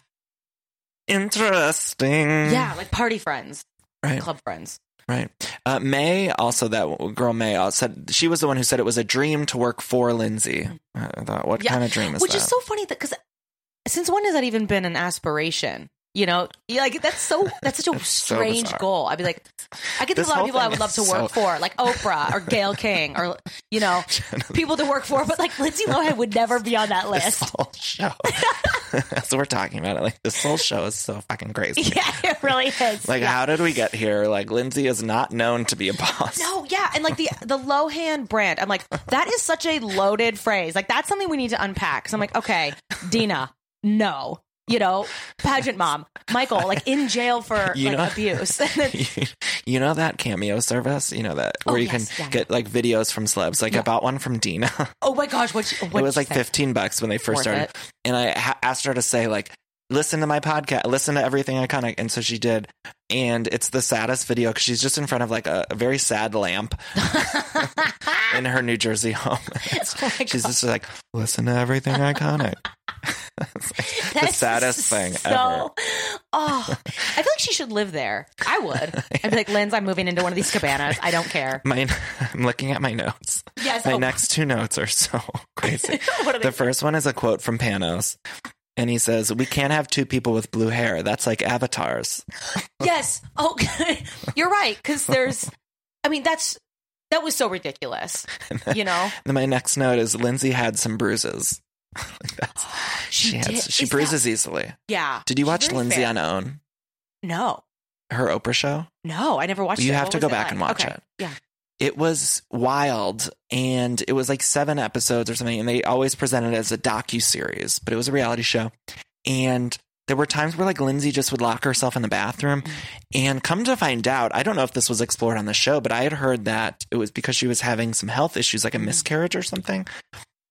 A: Interesting.
B: Yeah. Like party friends,
A: Right.
B: club friends.
A: Right. Uh, May also that w- girl May uh, said she was the one who said it was a dream to work for Lindsay. Uh, I thought, what
B: Yeah.
A: kind of dream is
B: Which
A: that?
B: is so funny that because since when has that even been an aspiration? You know, Yeah, like that's so that's such
A: *laughs*
B: a
A: It's so
B: strange
A: bizarre.
B: goal. I'd be like, I could think
A: This
B: of a lot
A: whole
B: of people I
A: thing
B: would love to
A: is
B: work
A: so-
B: for, like Oprah or Gail King or you
A: *laughs*
B: know, people to work for. But like Lindsay Lohan would never be on that
A: *laughs* this
B: list.
A: whole show. *laughs* That's what we're talking about. It. Like this whole show is so fucking crazy.
B: *laughs* Yeah, it really is.
A: Like,
B: yeah.
A: how did we get here? Like, Lindsay is not known to be a boss.
B: No, yeah, and like the the Lohan brand, I'm like that is such a loaded phrase. Like that's something we need to unpack. So I'm like, okay, Dina, no, you know, pageant mom, Michael, like in jail for
A: *laughs* You
B: like
A: know-
B: abuse. *laughs* And then-
A: *laughs* *laughs* you, you know that cameo service? You know that where
B: Oh,
A: you
B: yes,
A: can
B: yeah.
A: get like videos from celebs. Like I bought one from Dina.
B: Oh my gosh, what she, what
A: it was like fifteen bucks when they first
B: Worth
A: started,
B: it.
A: and I ha- asked her to say like, "Listen to my podcast, listen to everything iconic," and so she did. And it's the saddest video because she's just in front of like a, a very sad
B: *laughs*
A: lamp in her New Jersey home.
B: *laughs* Oh my
A: she's just like, "Listen to everything *laughs* iconic."
B: That's
A: saddest thing
B: so, *laughs* Oh, I feel like she should live there. I would. I'd be like, Linz, I'm moving into one of these cabanas. I
A: *laughs*
B: don't care.
A: My, I'm looking at my notes.
B: Yes.
A: My
B: oh,
A: next two notes are so *laughs* crazy.
B: *laughs* What are they-
A: the first one is a quote from Panos. And he says, We can't have two people with blue hair. That's like avatars.
B: Yes. Oh, *laughs* you're right. Because there's, I mean, that's, that was so
A: *laughs*
B: ridiculous. You know?
A: And then my next note is Lindsay had some bruises. Like, that's, she had,
B: did-
A: she
B: is that-
A: bruises easily.
B: Yeah.
A: Did you watch
B: Very
A: Lindsay
B: fair.
A: on Own,
B: No.
A: her Oprah show?
B: No, I never watched
A: You
B: it.
A: have
B: What
A: to
B: was
A: go
B: it
A: back
B: like?
A: and watch
B: Okay.
A: it.
B: Yeah.
A: It was wild and it was like seven episodes or something. And they always present it as a docu series, but it was a reality show. And there were times where like Lindsay just would lock herself in the bathroom.
B: Mm.
A: And come to find out, I don't know if this was explored on the show, but I had heard that it was because she was having some health issues,
B: Mm.
A: like a miscarriage or something.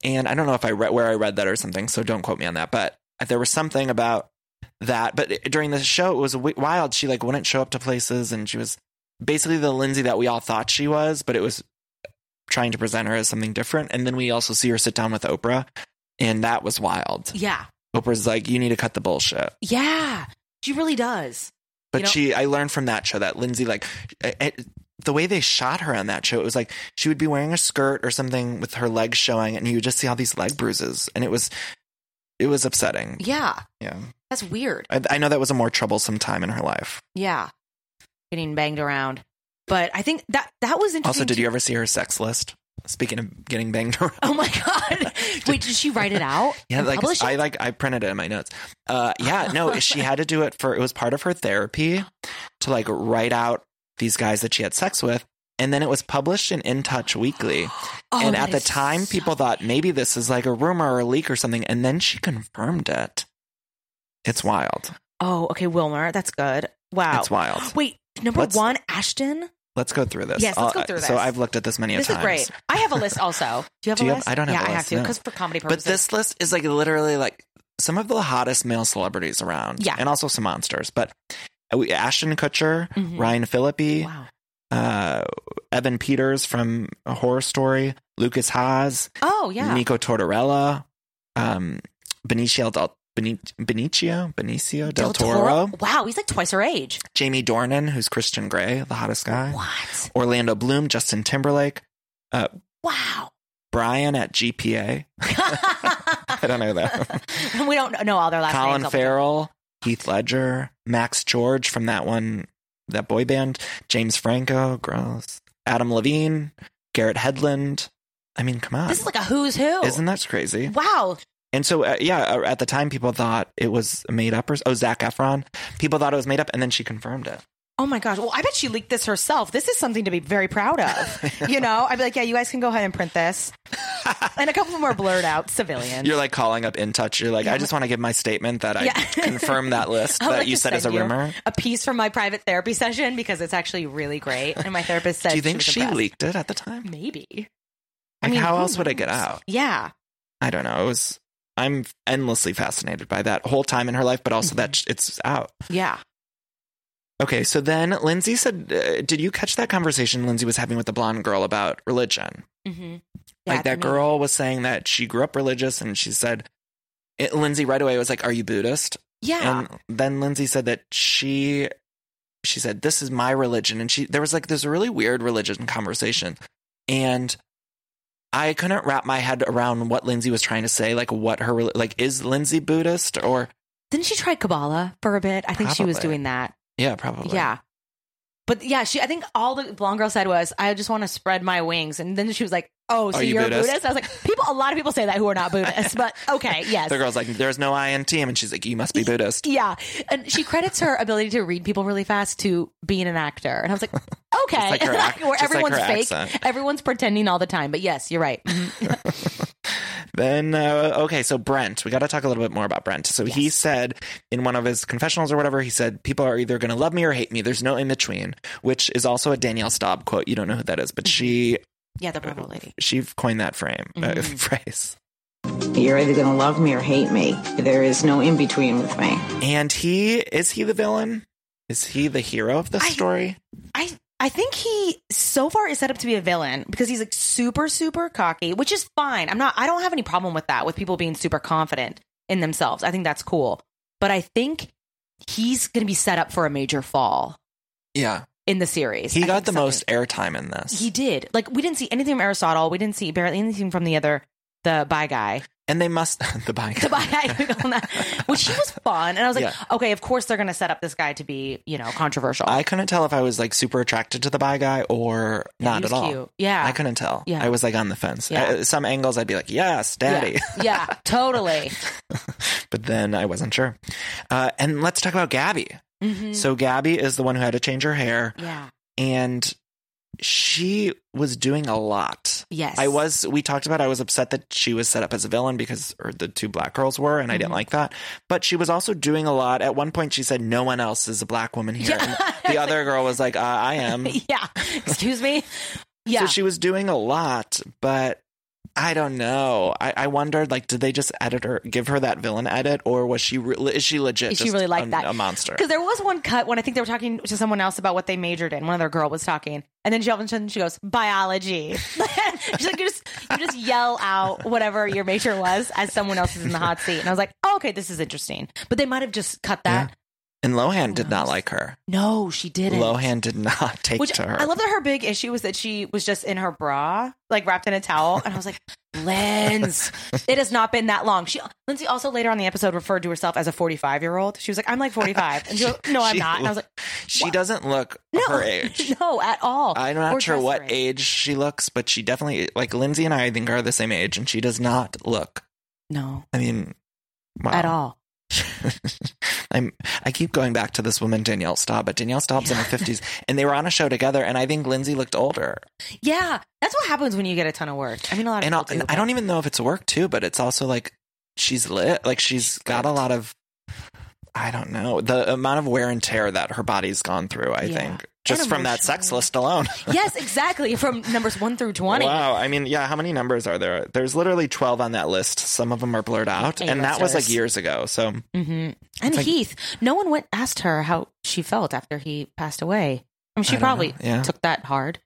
A: And I don't know if I read where I read that or something, so don't quote me on that. But there was something about that. But it- during the show, it was wi- wild. She like wouldn't show up to places, and she was basically the Lindsay that we all thought she was, but it was trying to present her as something different. And then we also see her sit down with Oprah, and that was wild.
B: Yeah.
A: Oprah's like, "You need to cut the bullshit."
B: Yeah. She really does.
A: But
B: You know-
A: she, I learned from that show that Lindsay, like, it, it- the way they shot her on that show, it was like she would be wearing a skirt or something with her legs showing, and you would just see all these leg bruises, and it was, it was upsetting.
B: Yeah.
A: Yeah,
B: That's weird.
A: I, I know that was a more troublesome time in her life.
B: Yeah. Getting banged around. But I think that that was interesting.
A: Also, did
B: too.
A: you ever see her sex list? Speaking of getting banged around.
B: Oh my god! Wait, did she write it out?
A: *laughs* Yeah,
B: and
A: like
B: publish it?
A: I like I printed it in my notes. Uh, yeah, no, she had to do it for it was part of her therapy to like write out these guys that she had sex with, and then it was published in In Touch Weekly.
B: *gasps* Oh,
A: and
B: that
A: at the
B: is
A: time,
B: so-
A: people thought maybe this is like a rumor or a leak or something, and then she confirmed it. It's wild.
B: Oh, okay, Wilmer, that's good. Wow,
A: It's wild.
B: Wait, number
A: Let's-
B: one, Ashton.
A: Let's go through this.
B: Yes, let's go
A: I'll-
B: through
A: So
B: this.
A: I've looked at this many a
B: This is
A: times.
B: great. I have a list also. Do you have
A: Do
B: a
A: you have-
B: list?
A: I don't have
B: Yeah,
A: a
B: I have
A: list,
B: to
A: no.
B: because for comedy
A: But
B: purposes.
A: this list is like literally like some of the hottest male celebrities around.
B: Yeah.
A: And also some monsters. But uh, we- Ashton Kutcher,
B: Mhm.
A: Ryan Philippi,
B: Wow.
A: uh, Evan Peters from A Horror Story, Lucas Haas,
B: Oh yeah.
A: Nico Tortorella, um, Benicio del Beni- Benicio, Benicio del, Toro,
B: Wow, he's like twice her age.
A: Jamie Dornan, who's Christian Grey, the hottest guy,
B: What?
A: Orlando Bloom, Justin Timberlake,
B: Wow. *laughs*
A: Brian at GPA. I don't know
B: *laughs*
A: that.
B: we don't know all their last names.
A: Colin
B: off the top.
A: Farrell, Heath Ledger, Max George from that one, that boy band, James Franco, gross, Adam Levine, Garrett Headland. I mean, come on.
B: This is like a who's who.
A: Isn't that crazy?
B: Wow.
A: And so, uh, yeah, uh, at the time, people thought it was made up or oh, Zach Efron. People thought it was made up, and then she confirmed it.
B: Oh my gosh. Well, I bet she leaked this herself. This is something to be very
A: *laughs*
B: proud of. you know, I'd be like, yeah, you guys can go ahead and print this. and a couple of them are blurred out, civilians.
A: You're like calling up In Touch. You're like, I just want to give my statement that I
B: Yeah. *laughs*
A: confirm that list
B: I would
A: that
B: like
A: you
B: to
A: said is a
B: send you
A: rumor.
B: A piece from my private therapy session because it's actually really great. And my therapist said,
A: Do you think
B: was
A: she
B: impressed.
A: leaked it at the time? Like,
B: Maybe.
A: how
B: who
A: else would it get
B: knows?
A: out?
B: Yeah.
A: I don't know. It was. I'm endlessly fascinated by that whole time in her life, but also that sh- it's out.
B: Yeah.
A: Okay, so then Lindsay said, uh, "Did you catch that conversation Lindsay was having with the blonde girl about religion?
B: Mm-hmm.
A: like that girl was saying that she grew up religious, and she said." It, Lindsay right away was like, "Are you Buddhist?"
B: Yeah.
A: And then Lindsay said that she she said, This is my religion. And she there was like this really weird religion conversation. And I couldn't wrap my head around what Lindsay was trying to say, like what her reli- like is Lindsay Buddhist or
B: Didn't she try Kabbalah for a bit? I think she was
A: Probably.
B: doing that.
A: yeah, probably.
B: Yeah. But yeah, she. I think all the blonde girl said was, "I just want to spread my wings," and then she was like, "Oh, so
A: Are you
B: you're
A: Buddhist?
B: a Buddhist?" I was like, "People, a lot of people say that who are not Buddhists,
A: *laughs*
B: but okay, yes,
A: The girl's like, There's no I in team and she's like, You must
B: *laughs*
A: be Buddhist.
B: yeah." And she credits her ability to read people really fast to being an actor, and I
A: *laughs*
B: was like, "Okay,
A: like her ac-
B: *laughs* where
A: just like
B: everyone's
A: her
B: fake,
A: accent. Mm-hmm.
B: everyone's pretending all the time." But yes, you're right.
A: Then uh, okay, so Brent, we got to talk a little bit more about Brent. So he said in one of his confessionals or whatever, he said people are either going to love me or hate me. There's no in between, which is also a Danielle Staub quote. You don't know who that is, but
B: Mm-hmm.
A: she
B: Yeah, the Bravo lady.
A: she coined that frame uh, *laughs*
B: Mm-hmm.
A: phrase.
G: You're either going to love me or hate me. There is no in between with me.
A: And he is he the villain? Is he the hero of this
B: I-
A: story?
B: I I think he so far is set up to be a villain because he's like super super cocky, which is fine. I'm not I don't have any problem with that with people being super confident in themselves. I think that's cool. But I think he's going to be set up for a major fall
A: Yeah.
B: in the series.
A: He
B: I
A: got
B: think
A: the
B: so.
A: most airtime in this.
B: He did. Like we didn't see anything from Aristotle. We didn't see barely anything from the other the bye guy. *laughs*
A: and they must *laughs* the bike.
B: The bye guy on that, *laughs* which he was fun. And I was like,
A: Yeah.
B: okay, of course they're going to set up this guy to be you know controversial.
A: I couldn't tell if I was like super attracted to the bye guy or
B: Yeah,
A: not
B: he was
A: at all.
B: cute. Yeah.
A: I couldn't tell.
B: Yeah.
A: I was like on the fence.
B: Yeah.
A: Uh, some angles I'd be like, yes, daddy. *laughs*
B: Yeah, yeah totally.
A: but then I wasn't sure. Uh, and let's talk about Gabby.
B: Mhm.
A: So Gabby is the one who had to change her hair
B: Yeah.
A: and she was doing a lot.
B: Yes.
A: I was, we talked about, I was upset that she was set up as a villain because, or the two black girls were, and I
B: Mm-hmm.
A: didn't like that. But she was also doing a lot. At one point, she said, No one else is a black woman here.
B: Yeah.
A: And the other girl was like, uh, I am.
B: *laughs* *laughs* Yeah. Excuse me. Yeah.
A: So she was doing a lot, but I don't know. I, I wondered, like, did they just edit her, give her that villain edit, or was she, re- is she legit?
B: Is she
A: just
B: really like
A: a,
B: that?
A: A monster.
B: Because there was one cut when I think they were talking to someone else about what they majored in. One other girl was talking, and then she all of a sudden she goes biology. *laughs* She's like, you just you just yell out whatever your major was as someone else is in the hot seat. And I was like, oh, okay, this is interesting. But they might have just cut that.
A: And Lohan did not like her.
B: No, she didn't.
A: Lohan did not *laughs* take
B: Which
A: to her.
B: I love that her big issue was that she was just in her bra, like wrapped in a towel, and I was like,
A: *laughs*
B: Linz, it has not been that long. She Lindsay also later on the episode referred to herself as a forty-five year old. She was like, I'm like forty-five, and she was, no, I'm
A: She-
B: not. And I was like,
A: she
B: "What?"
A: doesn't look
B: *laughs* no,
A: her age.
B: no, at all.
A: I'm
B: Or
A: not sure
B: dress
A: what
B: range.
A: age she looks, but she definitely, like, Lindsay and I, I think, are the same age, and she does not look,
B: No,
A: I mean, wow.
B: at all.
A: *laughs* I'm I keep going back to this woman Danielle Staub, but Danielle Staub's in her fifties, and they were on a show together, and I think Lindsay looked older.
B: Yeah, that's what happens when you get a ton of work. I mean, a lot of
A: And,
B: people
A: I'll- and
B: do,
A: I
B: but-
A: don't even know if it's work too, but it's also like she's lit, like she's got a lot of I don't know the amount of wear and tear that her body's gone through. I
B: Yeah.
A: think just from that sex list alone.
B: *laughs* yes, exactly. From numbers one through twenty.
A: Wow. I mean, yeah, how many numbers are there? There's literally 12 on that list. Some of them are blurred out. And that was
B: A-listers.
A: like years ago. So
B: hmm And
A: like-
B: Heath, no one went asked her how she felt after he passed away. I mean, she
A: I don't
B: probably
A: know. Yeah.
B: took that hard.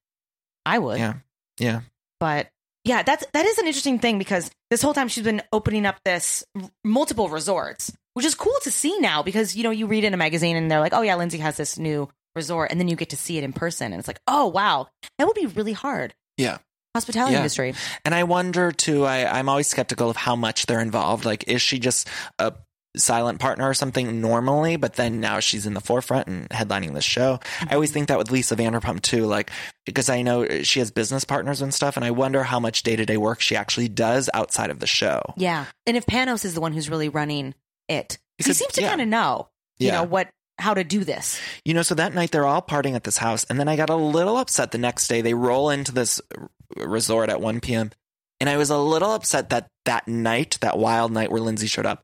B: I would,
A: yeah. Yeah.
B: but yeah, that's that is an interesting thing because this whole time she's been opening up this r- multiple resorts, which is cool to see now because you know you read in a magazine and they're like, oh yeah, Lindsay has this new resort, and then you get to see it in person, and it's like, oh wow, that would be really hard.
A: Yeah.
B: Hospitality
A: Yeah.
B: industry.
A: And I wonder too, I, I'm always skeptical of how much they're involved. Like, is she just a silent partner or something normally, but then now she's in the forefront and headlining this show? I always think that with Lisa Vanderpump too, like, because I know she has business partners and stuff, and I wonder how much day to day work she actually does outside of the show.
B: Yeah. And if Panos is the one who's really running it, he
A: Because-
B: seems to
A: yeah.
B: kind of know, you
A: Yeah.
B: know, what how to do this.
A: You know, so that night they're all partying at this house, and then I got a little upset the next day. They roll into this r- resort at 1 p.m., and I was a little upset that that night, that wild night where Lindsay showed up,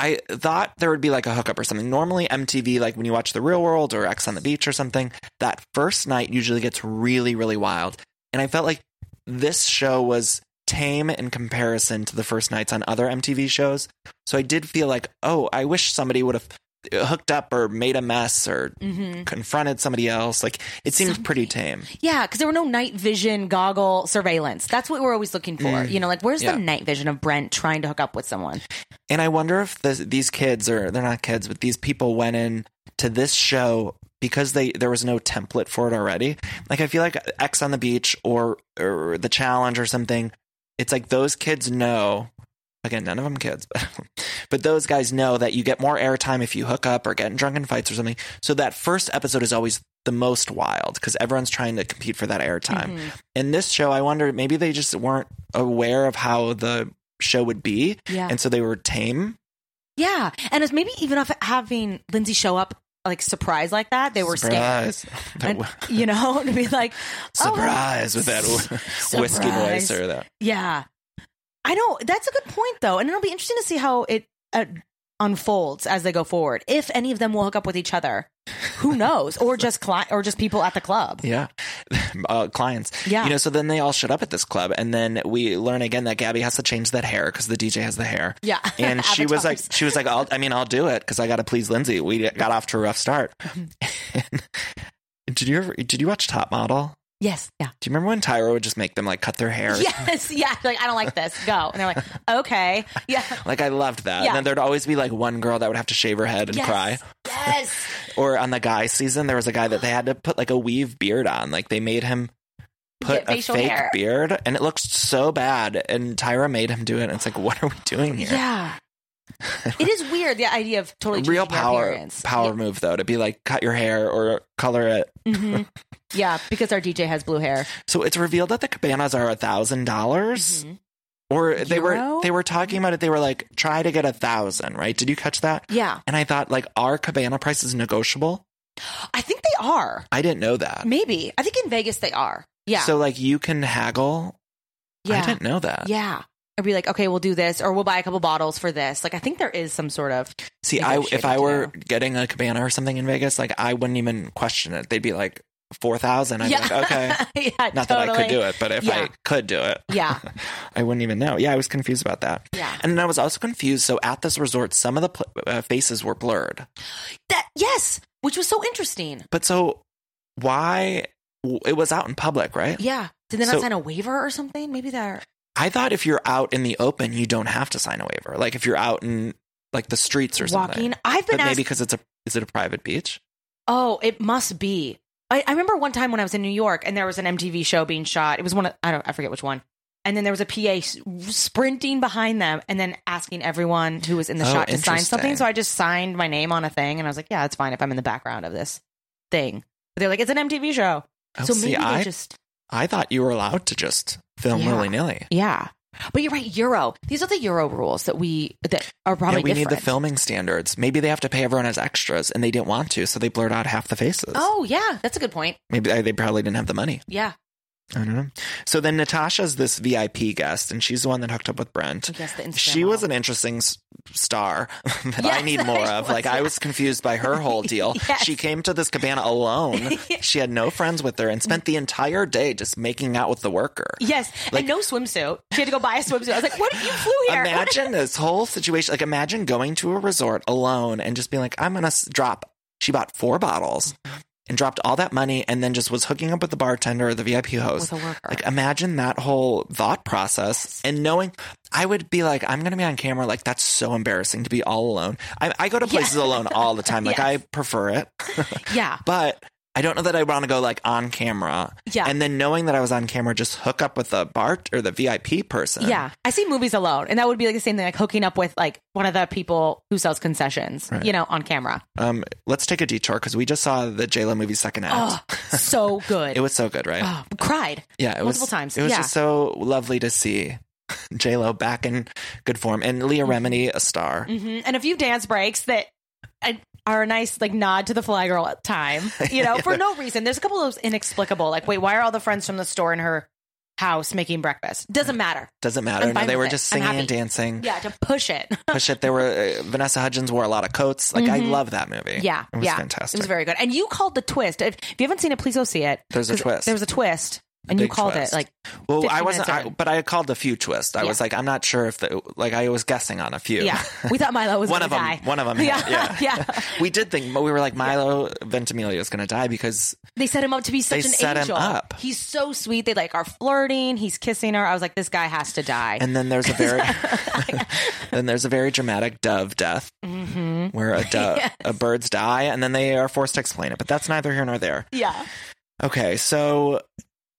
A: I thought there would be like a hookup or something. Normally, MTV, like when you watch The Real World or X on the Beach or something, that first night usually gets really, really wild. And I felt like this show was tame in comparison to the first nights on other MTV shows. So I did feel like, oh, I wish somebody would have hooked up or made a mess or
B: Mm-hmm.
A: confronted somebody else. Like it seemed pretty tame.
B: Yeah, because there were no night vision goggle surveillance. That's what we're always looking for. You know, like where's
A: Mm. Yeah.
B: the night vision of Brent trying to hook up with someone?
A: And I wonder if this, these kids or they're not kids, but these people went in to this show because they there was no template for it already. Like I feel like X on the Beach or or the Challenge or something. It's like those kids know. Again, none of them kids, *laughs* but but those guys know that you get more airtime if you hook up or get in drunken fights or something. So that first episode is always the most wild because everyone's trying to compete for that airtime.
B: Mm-hmm.
A: in this show, I wonder maybe they just weren't aware of how the show would be,
B: Yeah.
A: and so they were tame.
B: yeah. And it's maybe even off having Lindsay show up like surprise like that, they were scared.
A: surprised, *laughs* That
B: And,
A: w-
B: you know, to be like *laughs* oh,
A: surprised with that
B: *laughs*
A: w- *laughs* whiskey
B: surprise.
A: voice or that.
B: Yeah. I know. That's a good point, though. And it'll be interesting to see how it uh, unfolds as they go forward. If any of them will hook up with each other,
A: *laughs*
B: who knows? or just cli- or just people at the club.
A: Yeah, *laughs* uh, clients.
B: Yeah.
A: you know. So then they all showed up at this club, and then we learn again that Gabby has to change that hair because the DJ has the hair.
B: Yeah. *laughs*
A: and she was like,
B: Avatars.
A: she was like, I'll, I mean, I'll do it because I got to please Lindsay. *laughs* We got off to a rough start. And- did you ever? Did you watch Top Model?
B: Yes. Yeah.
A: Do you remember when Tyra would just make them like cut their hair?
B: *laughs* Yes. Yeah. Like, I don't like this. Go. And they're like, okay.
A: *laughs*
B: Yeah.
A: Like I loved that.
B: Yeah.
A: And then there'd always be like one girl that would have to shave her head and
B: Yes.
A: cry. *laughs*
D: Yes.
A: Or on the guy season, there was a guy that they had to put like a weave beard on. Like they made him put
D: Get
A: a
D: facial
A: fake
D: hair.
A: beard and it looked so bad. And Tyra made him do it. And it's like, what are we doing here?
B: Yeah. it is weird the idea of totally changing
A: Real
B: your
A: power
B: appearance.
A: power move though to be like cut your hair or color it.
B: Mhm. Yeah, because our DJ has blue hair.
A: So it's revealed that the cabanas are a thousand dollars. Or they
B: Mm-hmm. Euro?
A: were they were talking about it. They were like, try to get a thousand, right? Did you catch that?
B: Yeah,
A: And I thought, like, are cabana prices negotiable?
B: I think they are.
A: I didn't know that.
B: Maybe I think in Vegas they are. Yeah,
A: So like, you can haggle.
B: yeah,
A: I didn't know that.
B: yeah. I'd be like, okay, we'll do this, or we'll buy a couple bottles for this. Like, I think there is some sort of
A: See, I if I
B: Negotiated,
A: were
B: yeah.
A: getting a cabana or something in Vegas, like I wouldn't even question it. They'd be like four thousand. I'd be like,
B: *laughs*
A: okay.
B: yeah,
A: Not
B: totally.
A: that I could do it, but if
B: Yeah.
A: I could do it, *laughs*
B: Yeah.
A: I wouldn't even know. Yeah, I was confused about that.
B: Yeah.
A: And then I was also confused. So at this resort, some of the pl- uh, faces were blurred.
B: That yes, which was so interesting.
A: But so why? w- It was out in public, right?
B: Yeah, did they not
A: So-
B: sign a waiver or something? Maybe they're
A: I thought if you're out in the open, you don't have to sign a waiver. Like if you're out in like the streets or something.
B: walking. I've been
A: but
B: asked.
A: maybe because it's a is it a private beach?
B: Oh, it must be. I, I remember one time when I was in New York and there was an MTV show being shot. It was one of, I don't, I forget which one. And then there was a PA s- sprinting behind them and then asking everyone who was in the
A: Oh,
B: shot to sign something.
A: interesting.
B: So I just signed my name on a thing and I was like, yeah, it's fine if I'm in the background of this thing. But they're like, it's an MTV show.
A: Oh,
B: so
A: see,
B: maybe they
A: I
B: just,
A: I thought you were allowed to just film
B: Yeah.
A: willy nilly.
B: yeah. But you're right, Euro. These are the Euro rules that we, that are
A: Yeah,
B: probably
A: we need the
B: different.
A: filming standards. Maybe they have to pay everyone as extras, and they didn't want to, so they blurred out half the faces.
B: Oh, yeah. That's a good point.
A: maybe uh, they- they probably didn't have the money.
B: Yeah.
A: I don't know. So then Natasha's this VIP guest, and she's the one that hooked up with Brent.
B: Yes, the Instagram
A: she was
B: model.
A: an interesting s- star *laughs* that I
B: Yes, *laughs*
A: need more
B: I
A: of.
B: was,
A: Like I
B: yeah.
A: was confused by her
B: *laughs*
A: whole deal.
B: Yes.
A: She came to this cabana
B: *laughs*
A: alone. she had no friends with her and spent the entire day just making out with the worker.
B: Yes.
A: Like-
B: and no swimsuit. She had to go buy a swimsuit. I was like, what? You flew here. What-
A: Imagine this whole situation. Like imagine going to a resort alone and just being like, I'm gonna s- drop. She bought four bottles and dropped all that money, and then just was hooking up with the bartender or the VIP host.
B: With a worker.
A: Like imagine that whole thought process and knowing. I would be like, I'm gonna be on camera. Like that's so embarrassing to be all alone. I, I go to places alone all the time. Like
B: Yes.
A: I prefer it. *laughs*
B: *laughs* Yeah.
A: but I don't know that I want to go like on camera.
B: Yeah.
A: And then knowing that I was on camera, just hook up with the BART or the VIP person.
B: Yeah. I see movies alone. And that would be like the same thing, like hooking up with like one of the people who sells concessions,
A: Right.
B: you know, on camera.
A: Um, let's take a detour because we just saw the J Lo movie second
B: Oh,
A: act. *laughs*
B: so good.
A: It was so good, right?
B: oh, cried.
A: yeah, it
B: multiple
A: was,
B: times.
A: It was
B: Yeah.
A: just so lovely to see *laughs* J Lo back in good form and Leah
B: Mm-hmm.
A: Remini a star.
B: hmm And a few dance breaks that and- are a nice like nod to the fly girl at time,
A: *laughs*
B: you know, for no reason. There's a couple of those inexplicable, like, wait, why are all the friends from the store in her house making breakfast? Doesn't matter.
A: Doesn't matter.
B: I'm
A: No,
B: fine
A: they
B: with
A: were
B: it.
A: just
B: I'm
A: singing and
B: happy.
A: dancing.
B: Yeah, to push it.
A: Push it. They were uh, Vanessa Hudgens wore a lot of coats. Like I love that movie.
B: Mm-hmm. Yeah,
A: it was
B: yeah.
A: fantastic.
B: It was very good. And you called the twist. If, if you haven't seen it, please go see it.
A: There's a
B: 'Cause
A: twist.
B: There was a twist, and you
A: Big
B: called
A: twist.
B: it like.
A: well,
B: 15
A: I wasn't,
B: minutes
A: I,
B: in.
A: but I called a few twists. I was like, I'm not sure if the like I was guessing on a few. *laughs*
B: Yeah, we thought Milo was
A: one
B: gonna
A: of them.
B: die.
A: One
B: *laughs*
A: of them.
B: Yeah,
A: had- yeah,
B: yeah.
A: We did think, but we were like, Milo Ventimiglia is going to die because
B: They set him up to be such
A: They
B: an
A: set him
B: angel.
A: up.
B: He's so sweet. They like are flirting. He's kissing her. I was like, this guy has to die.
A: And then there's a
B: *laughs*
A: very *laughs* then there's a very dramatic dove death
B: Mm-hmm.
A: where a
B: *laughs*
A: dove a birds die and then they are forced to explain it. But that's neither here nor there.
B: yeah,
A: Okay, so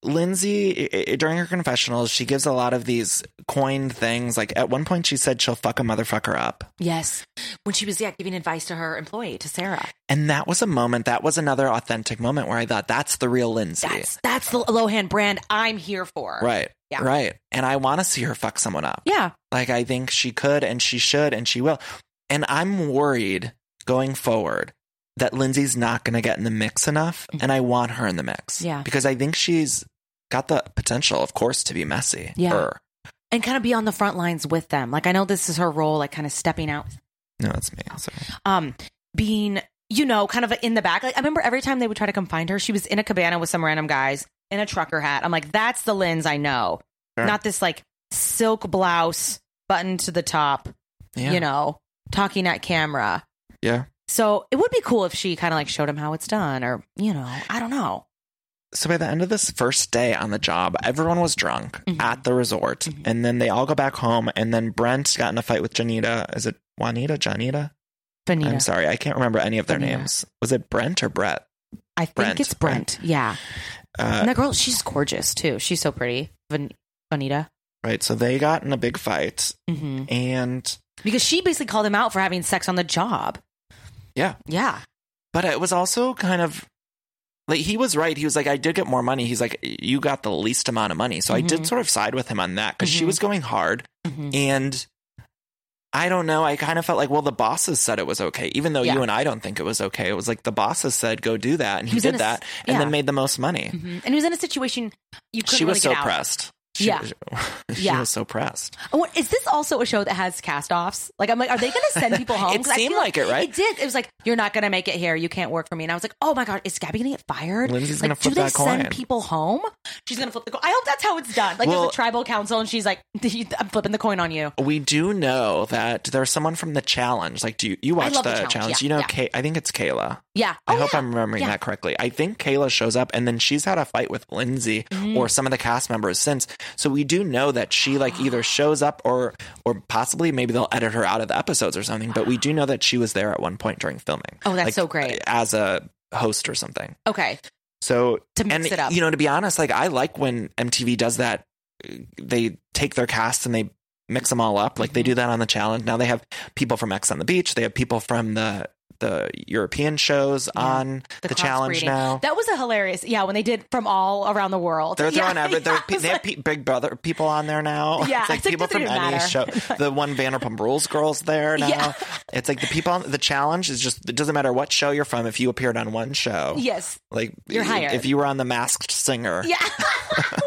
A: Lindsay i- i- during her confessionals, she gives a lot of these coined things. Like at one point, she said she'll fuck a motherfucker up,
B: yes. When she was yeah giving advice to her employee to Sarah.
A: and that was a moment. That was another authentic moment where I thought that's the real Lindsay.
B: That's that's the Lohan brand I'm here for.
A: Right.
B: Yeah.
A: Right. And I want to see her fuck someone up.
B: Yeah.
A: Like I think she could and she should and she will. And I'm worried going forward that Lindsay's not going to get in the mix enough and I want her in the mix.
B: Mm-hmm. Yeah.
A: Because I think she's got the potential of course to be messy.
B: Yeah.
A: Her.
B: And kind of be on the front lines with them. Like I know this is her role, like kind of stepping out
A: No, that's me. Sorry.
B: um, being, you know, kind of in the back. Like I remember every time they would try to come find her, she was in a cabana with some random guys in a trucker hat. I'm like, that's the lens I know,
A: Sure.
B: not this like silk blouse buttoned to the top,
A: Yeah.
B: you know, talking at camera.
A: Yeah.
B: So it would be cool if she kind of like showed him how it's done, or you know, I don't know.
A: So by the end of this first day on the job, everyone was drunk
B: Mm-hmm.
A: at the resort, and then they all go back home. And then Brent got in a fight with Janita. Is it Juanita? Janita?
B: Benita.
A: I'm sorry, I can't remember any of their
B: Benita.
A: names. Was it Brent or Brett?
B: I think
A: Brent, Uh,
B: it's Brent. Yeah. and that girl, she's gorgeous too. She's so pretty. Van- Vanita.
A: Right. So they got in a big fight,
B: hmm
A: and
B: Because she basically called him out for having sex on the job.
A: yeah,
B: Yeah.
A: But it was also kind of like he was right. He was like, I did get more money. He's like, you got the least amount of money. So I
B: Mm-hmm.
A: did sort of side with him on that because she
B: Mhm.
A: was going hard.
B: Mm-hmm.
A: And I don't know. I kind of felt like, well, the bosses said it was okay, even though
B: Yeah.
A: you and I don't think it was okay. It was like the bosses said, go do that. And
B: He
A: he,
B: was in
A: did
B: a s-
A: that and
B: yeah.
A: then made the most money.
B: Mhm. And he was in a situation you couldn't
A: She was
B: really
A: so
B: get out.
A: pressed. She,
B: Yeah.
A: *laughs* she
B: Yeah.
A: was so pressed.
B: Oh, what- Is this also a show that has cast-offs? Like, I'm like, are they going to send
A: *laughs*
B: people home?
A: It
B: 'Cause I
A: seemed
B: feel
A: like it, right?
B: It did. It was like, you're not going to make it here. You can't work for me. And I was like, oh my god, is Gabby going to get fired?
A: Lindsay's
B: like,
A: gonna flip
B: do they
A: that coin.
B: send people home? She's going to flip the coin. I hope that's how it's done. Like,
A: Well-
B: there's a tribal council, and she's like, *laughs* I'm flipping the coin on you.
A: We do know that there's someone from the challenge. Like, do you, you watch the,
B: love The Challenge. Yeah,
A: You know,
B: yeah.
A: Kay, I think it's Kayla.
B: Yeah.
A: I
B: Oh,
A: hope
B: yeah.
A: I'm remembering
B: Yeah.
A: that correctly. I think Kayla shows up and then she's had a fight with Lindsay
B: Mm-hmm.
A: or some of the cast members since. So we do know that she like
B: *gasps*
A: either shows up or or possibly maybe they'll edit her out of the episodes or something, but we do know that she was there at one point during filming.
B: Oh, that's
A: Like,
B: so great.
A: As a host or something.
B: Okay.
A: So
B: To mix
A: and,
B: it up.
A: You know, to be honest, like I like when MTV does that. They take their cast and they mix them all up. Like
B: Mm-hmm.
A: they do that on the challenge. Now they have people from X on the Beach. They have people from the the European shows on the, challenge
B: crossbreeding.
A: now.
B: That was a hilarious. Yeah, when they did from all around the world.
A: they're throwing
B: *laughs* yeah,
A: every, they're,
B: yeah, I was
A: they have
B: like-
A: pe- Big Brother people on there now.
B: *laughs* Yeah,
A: it's like
B: it's like,
A: people
B: doesn't
A: from any
B: even matter.
A: show.
B: *laughs*
A: The one Vanderpump Rules girls there now.
B: Yeah.
A: It's like the people on the challenge is just it doesn't matter what show you're from if you appeared on one show.
B: yes.
A: Like
B: You're hired.
A: If you were on the Masked Singer,
B: Yeah. *laughs*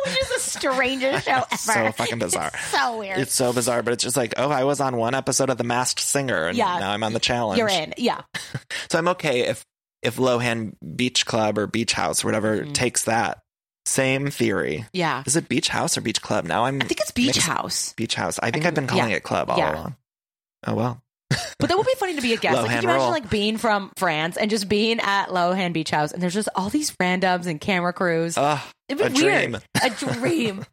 B: Which is
A: *laughs*
B: the strangest show ever.
A: It's so
B: *laughs*
A: fucking bizarre.
B: so weird.
A: It's so bizarre, but it's just like, oh, I was on one episode of The Masked Singer, and
B: Yeah.
A: now I'm on the challenge.
B: You're in. Yeah.
A: So I'm okay if if Lohan Beach Club or Beach House, or whatever,
B: Mm-hmm.
A: takes that same theory.
B: Yeah.
A: Is it Beach House or Beach Club? Now I'm.
B: I think it's Beach
A: mixed-
B: House.
A: Beach House. I think I have been calling
B: yeah.
A: it club all
B: Yeah.
A: along. Oh well.
B: But that would be funny to be a guest. Like,
A: Lohan
B: can you imagine
A: roll.
B: like being from France and just being at Lohan Beach House and there's just all these randoms and camera crews.
A: Ugh,
B: It'd be
A: a
B: weird.
A: dream.
B: A dream.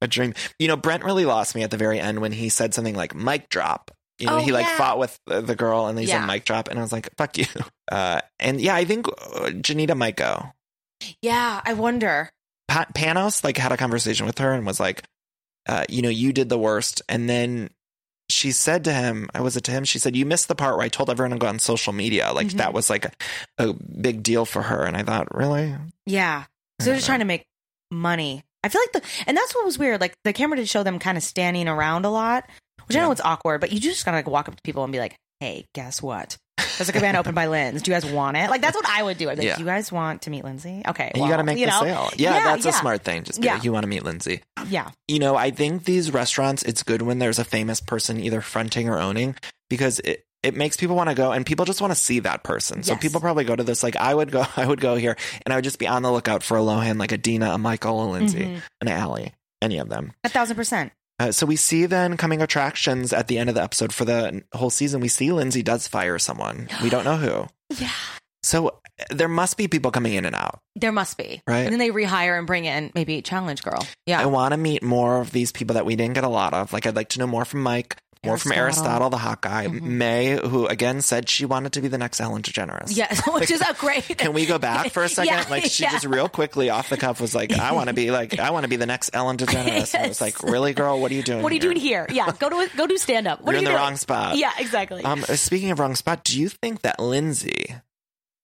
A: a dream. You know, Brent really lost me at the very end when he said something like mic drop. You know,
B: Oh,
A: he like
B: yeah.
A: fought with the the girl and he
B: Yeah.
A: said mic drop, and I was like, fuck you. *laughs* Uh, and yeah, I think uh, Janita might go.
B: *laughs* yeah, I wonder.
A: Pa- Panos like had a conversation with her and was like, uh, you know, you did the worst. And then she said to him, I was it to him. She said, you missed the part where I told everyone to go on social media. Like
B: Mhm.
A: that was like a, a big deal for her. And I thought, really?
B: Yeah. So they're just trying to make money. I feel like the and that's what was weird. Like the camera did show them kind of standing around a lot, which I know it's awkward, but you just gotta like walk up to people and be like, "Hey, guess what? There's a cabana open by Linz. Do you guys want it?" Like that's what I would do. I'd be like,
A: Yeah.
B: "You guys want to meet Lindsay? Okay,
A: And
B: well,
A: you got to make the
B: know?
A: sale. Yeah, that's a
B: yeah,
A: smart thing. Just be
B: Yeah.
A: like, you want to meet Lindsay.
B: Yeah,
A: You know, I think these restaurants, it's good when there's a famous person either fronting or owning because it, it makes people want to go and people just want to see that person. So
B: Yes.
A: people probably go to this. Like I would go, *laughs* I would go here and I would just be on the lookout for a Lohan, like a Dina, a Michael, a Lindsay,
B: Mhm.
A: an Allie, any of them.
B: a thousand percent.
A: Uh, so we see then coming attractions at the end of the episode for the n- whole season. We see Lindsay does fire someone. We don't know who.
B: *gasps* Yeah,
A: So uh, there must be people coming in and out.
B: there must be.
A: Right.
B: And then they rehire and bring in maybe Challenge Girl. Yeah,
A: I want to meet more of these people that we didn't get a lot of. Like, I'd like to know more from Mike, more from Aristotle,
B: Aristotle. Mm-hmm.
A: the hot guy, May, who again said she wanted to be the next Ellen DeGeneres.
B: *laughs* yes, which is a great.
A: *laughs* Can we go back for a second?
B: Yeah,
A: like, she
B: yeah.
A: just real quickly off the cuff was like, "I want to be like, I want to be the next
B: *laughs*
A: Ellen DeGeneres." And it was
B: Yes.
A: like, "Really, girl? What are you doing?
B: *laughs* What are you doing here? Yeah, go to go do stand up. What
A: You're
B: are
A: in
B: you
A: the
B: doing?
A: wrong spot."
B: Yeah, exactly.
A: Um, speaking of wrong spot, do you think that Lindsay,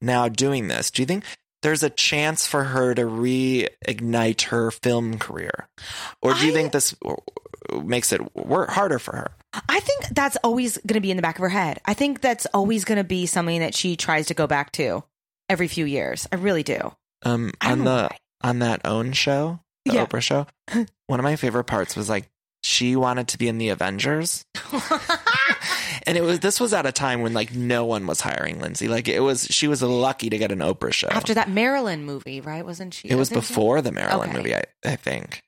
A: now doing this, do you think there's a chance for her to reignite her film career, or do you
B: I-
A: think this w- w- makes it wor- harder for her?
B: I think that's always going to be in the back of her head. I think that's always going to be something that she tries to go back to every few years. I really do.
A: Um,
B: I
A: on
B: don't know
A: the
B: why.
A: on that own show, the
B: Yeah.
A: Oprah
B: *laughs*
A: show, one of my favorite parts was like she wanted to be in the
B: *laughs*
A: Avengers. And it was this was at a time when like no one was hiring Lindsay. Like it was she was lucky to get an Oprah show.
B: After that Marilyn movie, right? Wasn't she?
A: It was
B: wasn't she-
A: before the Maryland
B: Okay.
A: movie, I, I think.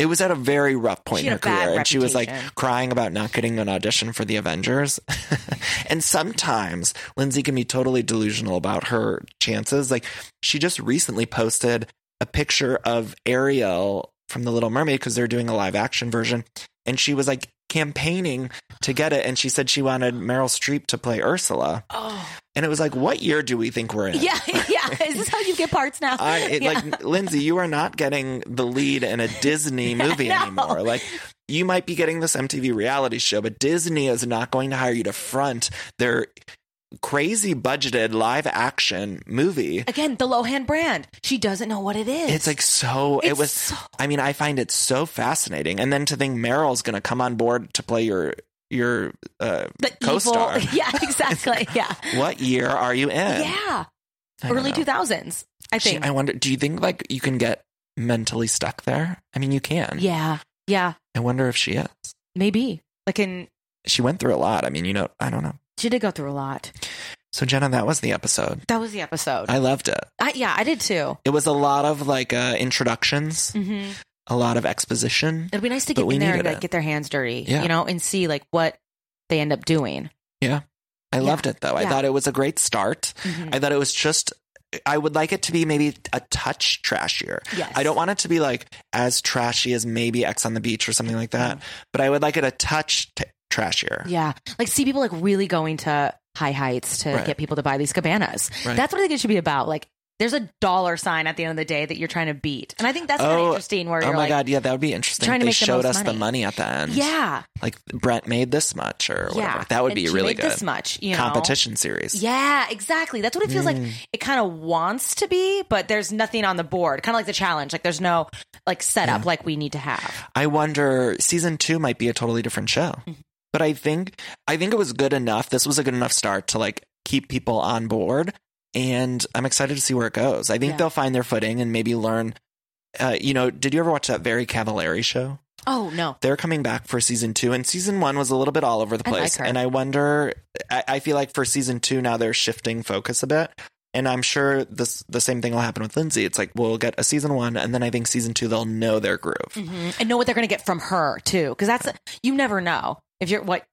A: It was at a very rough point
B: She
A: in her
B: had a bad
A: career, and she was like
B: reputation.
A: crying about not getting an audition for the Avengers. *laughs* and sometimes Lindsay can be totally delusional about her chances. Like she just recently posted a picture of Ariel from The Little Mermaid because they're doing a live action version. And she was like campaigning to get it. And she said she wanted Meryl Streep to play Ursula.
B: Oh.
A: And it was like, what year do we think we're in?
B: *laughs* Yeah, yeah. Is this how you get parts now? *laughs*
A: I it,
B: yeah.
A: like Lindsay, you are not getting the lead in a Disney movie
B: *laughs* No.
A: anymore. Like you might be getting this MTV reality show, but Disney is not going to hire you to front their crazy budgeted live action movie.
B: Again, the Lohan brand. She doesn't know what it is.
A: It's like so it
B: It's
A: was
B: so-
A: I mean, I find it so fascinating. And then to think Meryl's gonna come on board to play your your uh
B: the
A: co-star.
B: evil. *laughs* Yeah,
A: *laughs*
B: exactly. Yeah.
A: what year are you in?
B: Yeah.
A: I don't
B: Early
A: know.
B: two thousands. I
A: Gee,
B: think.
A: I wonder do you think like you can get mentally stuck there? I mean you can.
B: yeah. Yeah.
A: I wonder if she is.
B: Maybe. Like in
A: She went through a lot. I mean, you know, I don't know.
B: she did go through a lot.
A: So Jenna, that was the episode.
B: That was the episode.
A: I loved it.
B: I, yeah, I did too.
A: It was a lot of like uh, introductions,
B: Mm-hmm.
A: a lot of exposition.
B: It'd be nice to
A: But
B: get
A: we
B: in there
A: needed
B: and like
A: it.
B: get their hands dirty,
A: Yeah.
B: you know, and see like what they end up doing.
A: I
B: Yeah.
A: loved it though. I
B: Yeah. Mm-hmm.
A: thought it was a great start. I thought it was just. I would like it to be maybe a touch trashier.
B: Yes.
A: I don't want it to be like as trashy as maybe X on the Beach or something like that, but I would like it a touch t- trashier.
B: Yeah. Like see people like really going to high heights to
A: Right.
B: get people to buy these cabanas.
A: Right.
B: That's what I think it should be about. Like there's a dollar sign at the end of the day that you're trying to beat. And I think that's kind
A: Oh,
B: of interesting where
A: Oh
B: you're
A: my
B: like,
A: god, yeah, that would be interesting. if
B: trying to
A: they
B: make the
A: showed
B: most
A: us the
B: money.
A: money at the end.
B: yeah,
A: like Brent made this much or whatever.
B: yeah.
A: That would
B: And
A: be
B: she
A: really
B: made
A: good.
B: This much, you know?
A: Competition series.
B: Yeah, exactly. That's what it feels like. It kind of wants to be, but there's nothing on the board. Kind of like the challenge. Like there's no like setup like we need to have.
A: I wonder season two might be a totally different show.
B: Mm-hmm.
A: But I think I think it was good enough. This was a good enough start to like keep people on board. And I'm excited to see where it goes. I think
B: Yeah.
A: they'll find their footing and maybe learn. Uh, you know, did you ever watch that Very Cavallari show?
B: Oh no.
A: They're coming back for season two, and season one was a little bit all over the
B: I like
A: place.
B: her.
A: and I wonder, I, I feel like for season two now they're shifting focus a bit. And I'm sure this the same thing will happen with Lindsay. It's like we'll get a season one, and then I think season two they'll know their groove.
B: Mhm. And know what they're going to get from her too, because that's you never know if you're what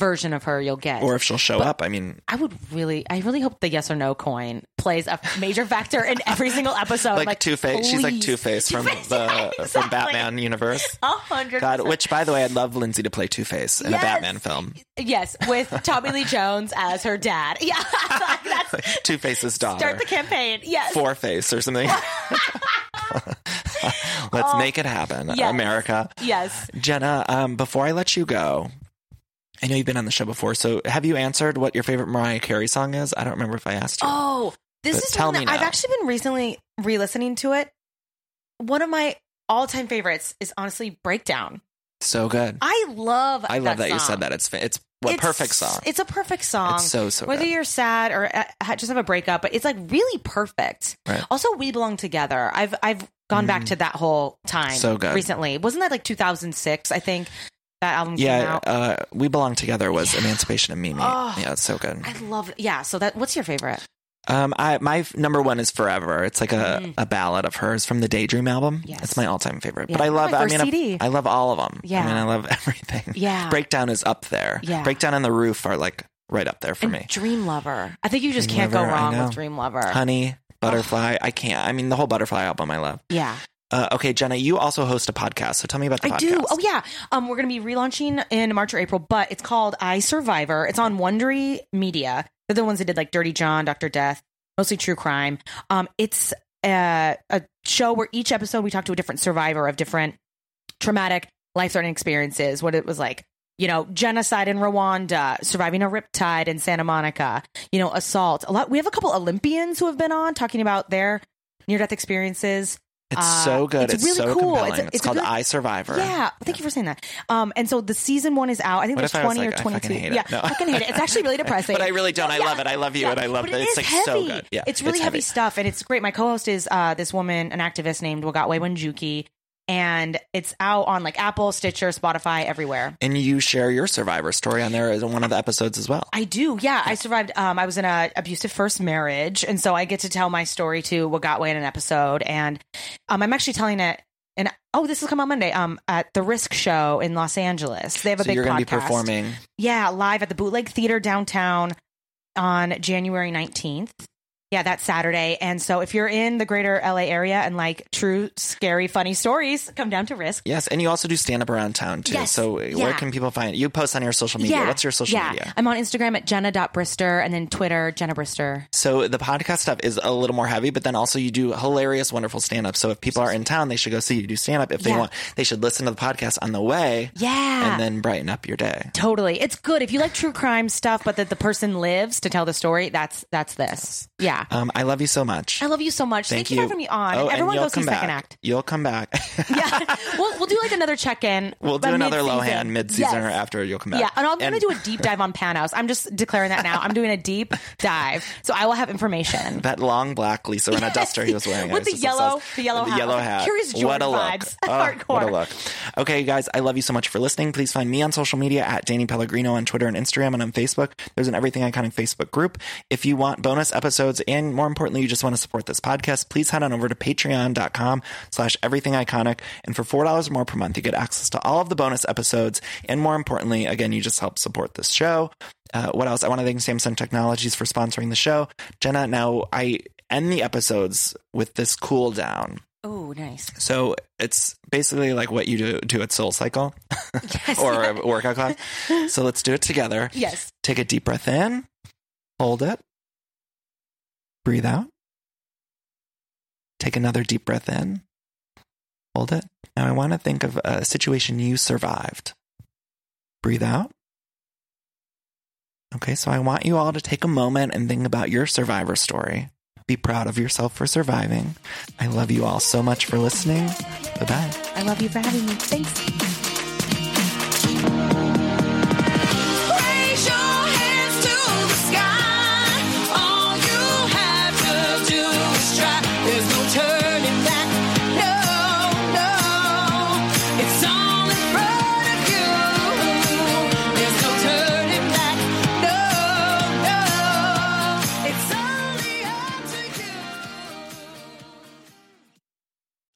B: version of her you'll get.
A: or if she'll show
B: But-
A: up. I mean,
B: I would really, I really hope the yes or no coin plays a major factor in every single episode.
A: like, Two Face. She's like Two Face from
B: Two-Face,
A: the
B: *laughs* yeah,
A: from
B: exactly.
A: Batman universe.
B: A hundred.
A: God,
B: percent.
A: which by the way, I'd love Lindsay to play Two Face in a
B: Yes.
A: Batman film.
B: yes, with Tommy Lee Jones as her dad. *laughs* Yeah, like that's
A: *laughs* Two Face's daughter,
B: start the campaign. Yes,
A: Four Face or
B: *laughs*
A: something. *laughs* Let's make it happen,
B: Oh, yes.
A: America.
B: yes.
A: Jenna, um, before I let you go, I know you've been on the show before, so have you answered what your favorite Mariah Carey song is? I don't remember if I asked you.
B: Oh, this
A: But
B: is
A: tell
B: one that
A: me
B: I've
A: now.
B: actually been recently re-listening to it. One of my all-time favorites is honestly "Breakdown."
A: so good.
B: I love.
A: I love that, you
B: song.
A: said that. It's fa- it's a
B: It's-
A: perfect song.
B: It's a perfect song.
A: It's so, so
B: Whether
A: good.
B: you're sad or uh, ha- just have a breakup, but it's like really perfect.
A: Right. Mm.
B: Also, we belong together. I've I've gone back to that whole time.
A: So good.
B: Recently, wasn't that like 2006? I think that album came
A: Yeah,
B: out.
A: uh, We Belong Together was Emancipation of Mimi.
B: Oh.
A: yeah, it's so good.
B: I love. Yeah. So that. What's your favorite?
A: Um, I my f- number one is Forever. It's like a, a ballad of hers from the Daydream album.
B: Mm. Yes.
A: It's my all time favorite. But
B: Yeah.
A: I love.
B: My
A: I
B: first
A: mean, I-
B: CD.
A: I love all of them. I
B: Yeah.
A: mean, I love *laughs* everything.
B: Yeah.
A: Breakdown is up there.
B: Yeah.
A: Breakdown and the Roof are like right up there for
B: And
A: me.
B: Dream Lover. I think you just
A: Dream
B: can't
A: Lover,
B: go
A: I
B: wrong
A: know.
B: with Dream Lover.
A: Honey, Butterfly. I can't. I mean, the whole Butterfly album. I love.
B: Yeah.
A: Uh, okay, Jenna, you also host a podcast. So tell me about the podcast.
B: I do. Oh yeah. Um, we're gonna be relaunching in March or April, but it's called I Survivor. It's on Wondery Media. They're the ones that did like Dirty John, Doctor Death, mostly true crime. Um, it's a, a show where each episode we talk to a different survivor of different traumatic, life-threatening experiences. What it was like. You know, genocide in Rwanda, surviving a riptide in Santa Monica, you know, assault. A lot. We have a couple Olympians who have been on talking about their near-death experiences.
A: It's
B: Uh,
A: so good. It's,
B: it's really
A: so
B: cool. It's a-
A: compelling. It's,
B: it's a
A: called
B: good-
A: I Survivor.
B: Yeah, thank you for saying that. Um, and so the season one is out. I think
A: What
B: there's
A: if I was
B: twenty
A: like,
B: or
A: I
B: twenty-two.
A: fucking hate it?
B: yeah,
A: No.
B: I can hate it.
A: *laughs*
B: It's actually really depressing.
A: But I really don't. I
B: Yeah.
A: love it. I love you,
B: Yeah.
A: and I love
B: But
A: that.
B: it
A: It's
B: is
A: like
B: heavy.
A: so good. Yeah,
B: it's really heavy. stuff, and it's great. My co-host is uh, this woman, an activist named Wagatwe Wanjuki, and it's out on like Apple, Stitcher, Spotify, everywhere.
A: And you share your survivor story on there as one of the episodes as well.
B: I do. Yeah, I survived. Um, I was in a abusive first marriage, and so I get to tell my story to Wagatwe in an episode, and um, I'm actually telling it. And oh, this will come out Monday. Um, at the Risk Show in Los Angeles, they have a
A: so
B: big
A: you're
B: podcast.
A: gonna be performing.
B: Yeah, live at the Bootleg Theater downtown on January 19th. Yeah, that's Saturday. And so if you're in the greater LA area and like true, scary, funny stories, come down to Risk.
A: Yes, and you also do stand up around town too.
B: Yes,
A: So where
B: yeah.
A: can people find you? Post on your social media. What's your social
B: yeah.
A: media?
B: I'm on Instagram at jenna.brister and then Twitter, Jenna Brister.
A: So the podcast stuff is a little more heavy, but then also you do hilarious, wonderful stand up. So if people are in town, they should go see you do stand up. If they
B: Yeah.
A: want, they should listen to the podcast on the way.
B: Yeah.
A: And then brighten up your day.
B: Totally. It's good. If you like true crime stuff, but that the person lives to tell the story, that's that's this. Yeah.
A: Um, I love you so much.
B: I love you so much. Thank, you for having me on.
A: Oh,
B: and everyone
A: you'll
B: go see
A: come
B: Second
A: back.
B: Act.
A: You'll come back. *laughs*
B: Yeah. *laughs* we'll, we'll do like another check in.
A: we'll do another Lohan mid season or after you'll come back.
B: Yeah, and I'll- I'm going to do a deep dive on Panos. I'm just declaring that now. I'm doing a deep dive, so I will have information.
A: *laughs* That long black Lisa Renna duster he was wearing. I
B: *laughs* With
A: was
B: the
A: just
B: yellow-
A: obsessed.
B: the yellow
A: With
B: hat.
A: yellow hat.
B: Curious George
A: what a look.
B: vibes.
A: Oh,
B: *laughs*
A: What a
B: Hardcore.
A: look. Okay, you guys, I love you so much for listening. Please find me on social media at Danny Pellegrino on Twitter and Instagram and on Facebook. There's an Everything Iconic Facebook group. If you want bonus episodes and more importantly, you just want to support this podcast, please head on over to patreon.com slash everything iconic. And for $4 more per month, you get access to all of the bonus episodes. And more importantly, again, you just help support this show. Uh, what else? I want to thank Samsung Technologies for sponsoring the show. Jenna, now I end the episodes with this cool down.
B: Oh, nice.
A: So it's basically like what you do, do at Soul Cycle *laughs* or a workout class. So let's do it together.
B: Yes.
A: Take a deep breath in, hold it, breathe out. Take another deep breath in, hold it. Now I want to think of a situation you survived. Breathe out. Okay, so I want you all to take a moment and think about your survivor story. Be proud of yourself for surviving. I love you all so much for listening. Bye bye.
B: I love you for having me. Thanks.
E: Raise your hands to the sky. All you have to do is try. There's no turning back. No, no. It's all in front of you. There's no turning back. No, no. It's only up to you.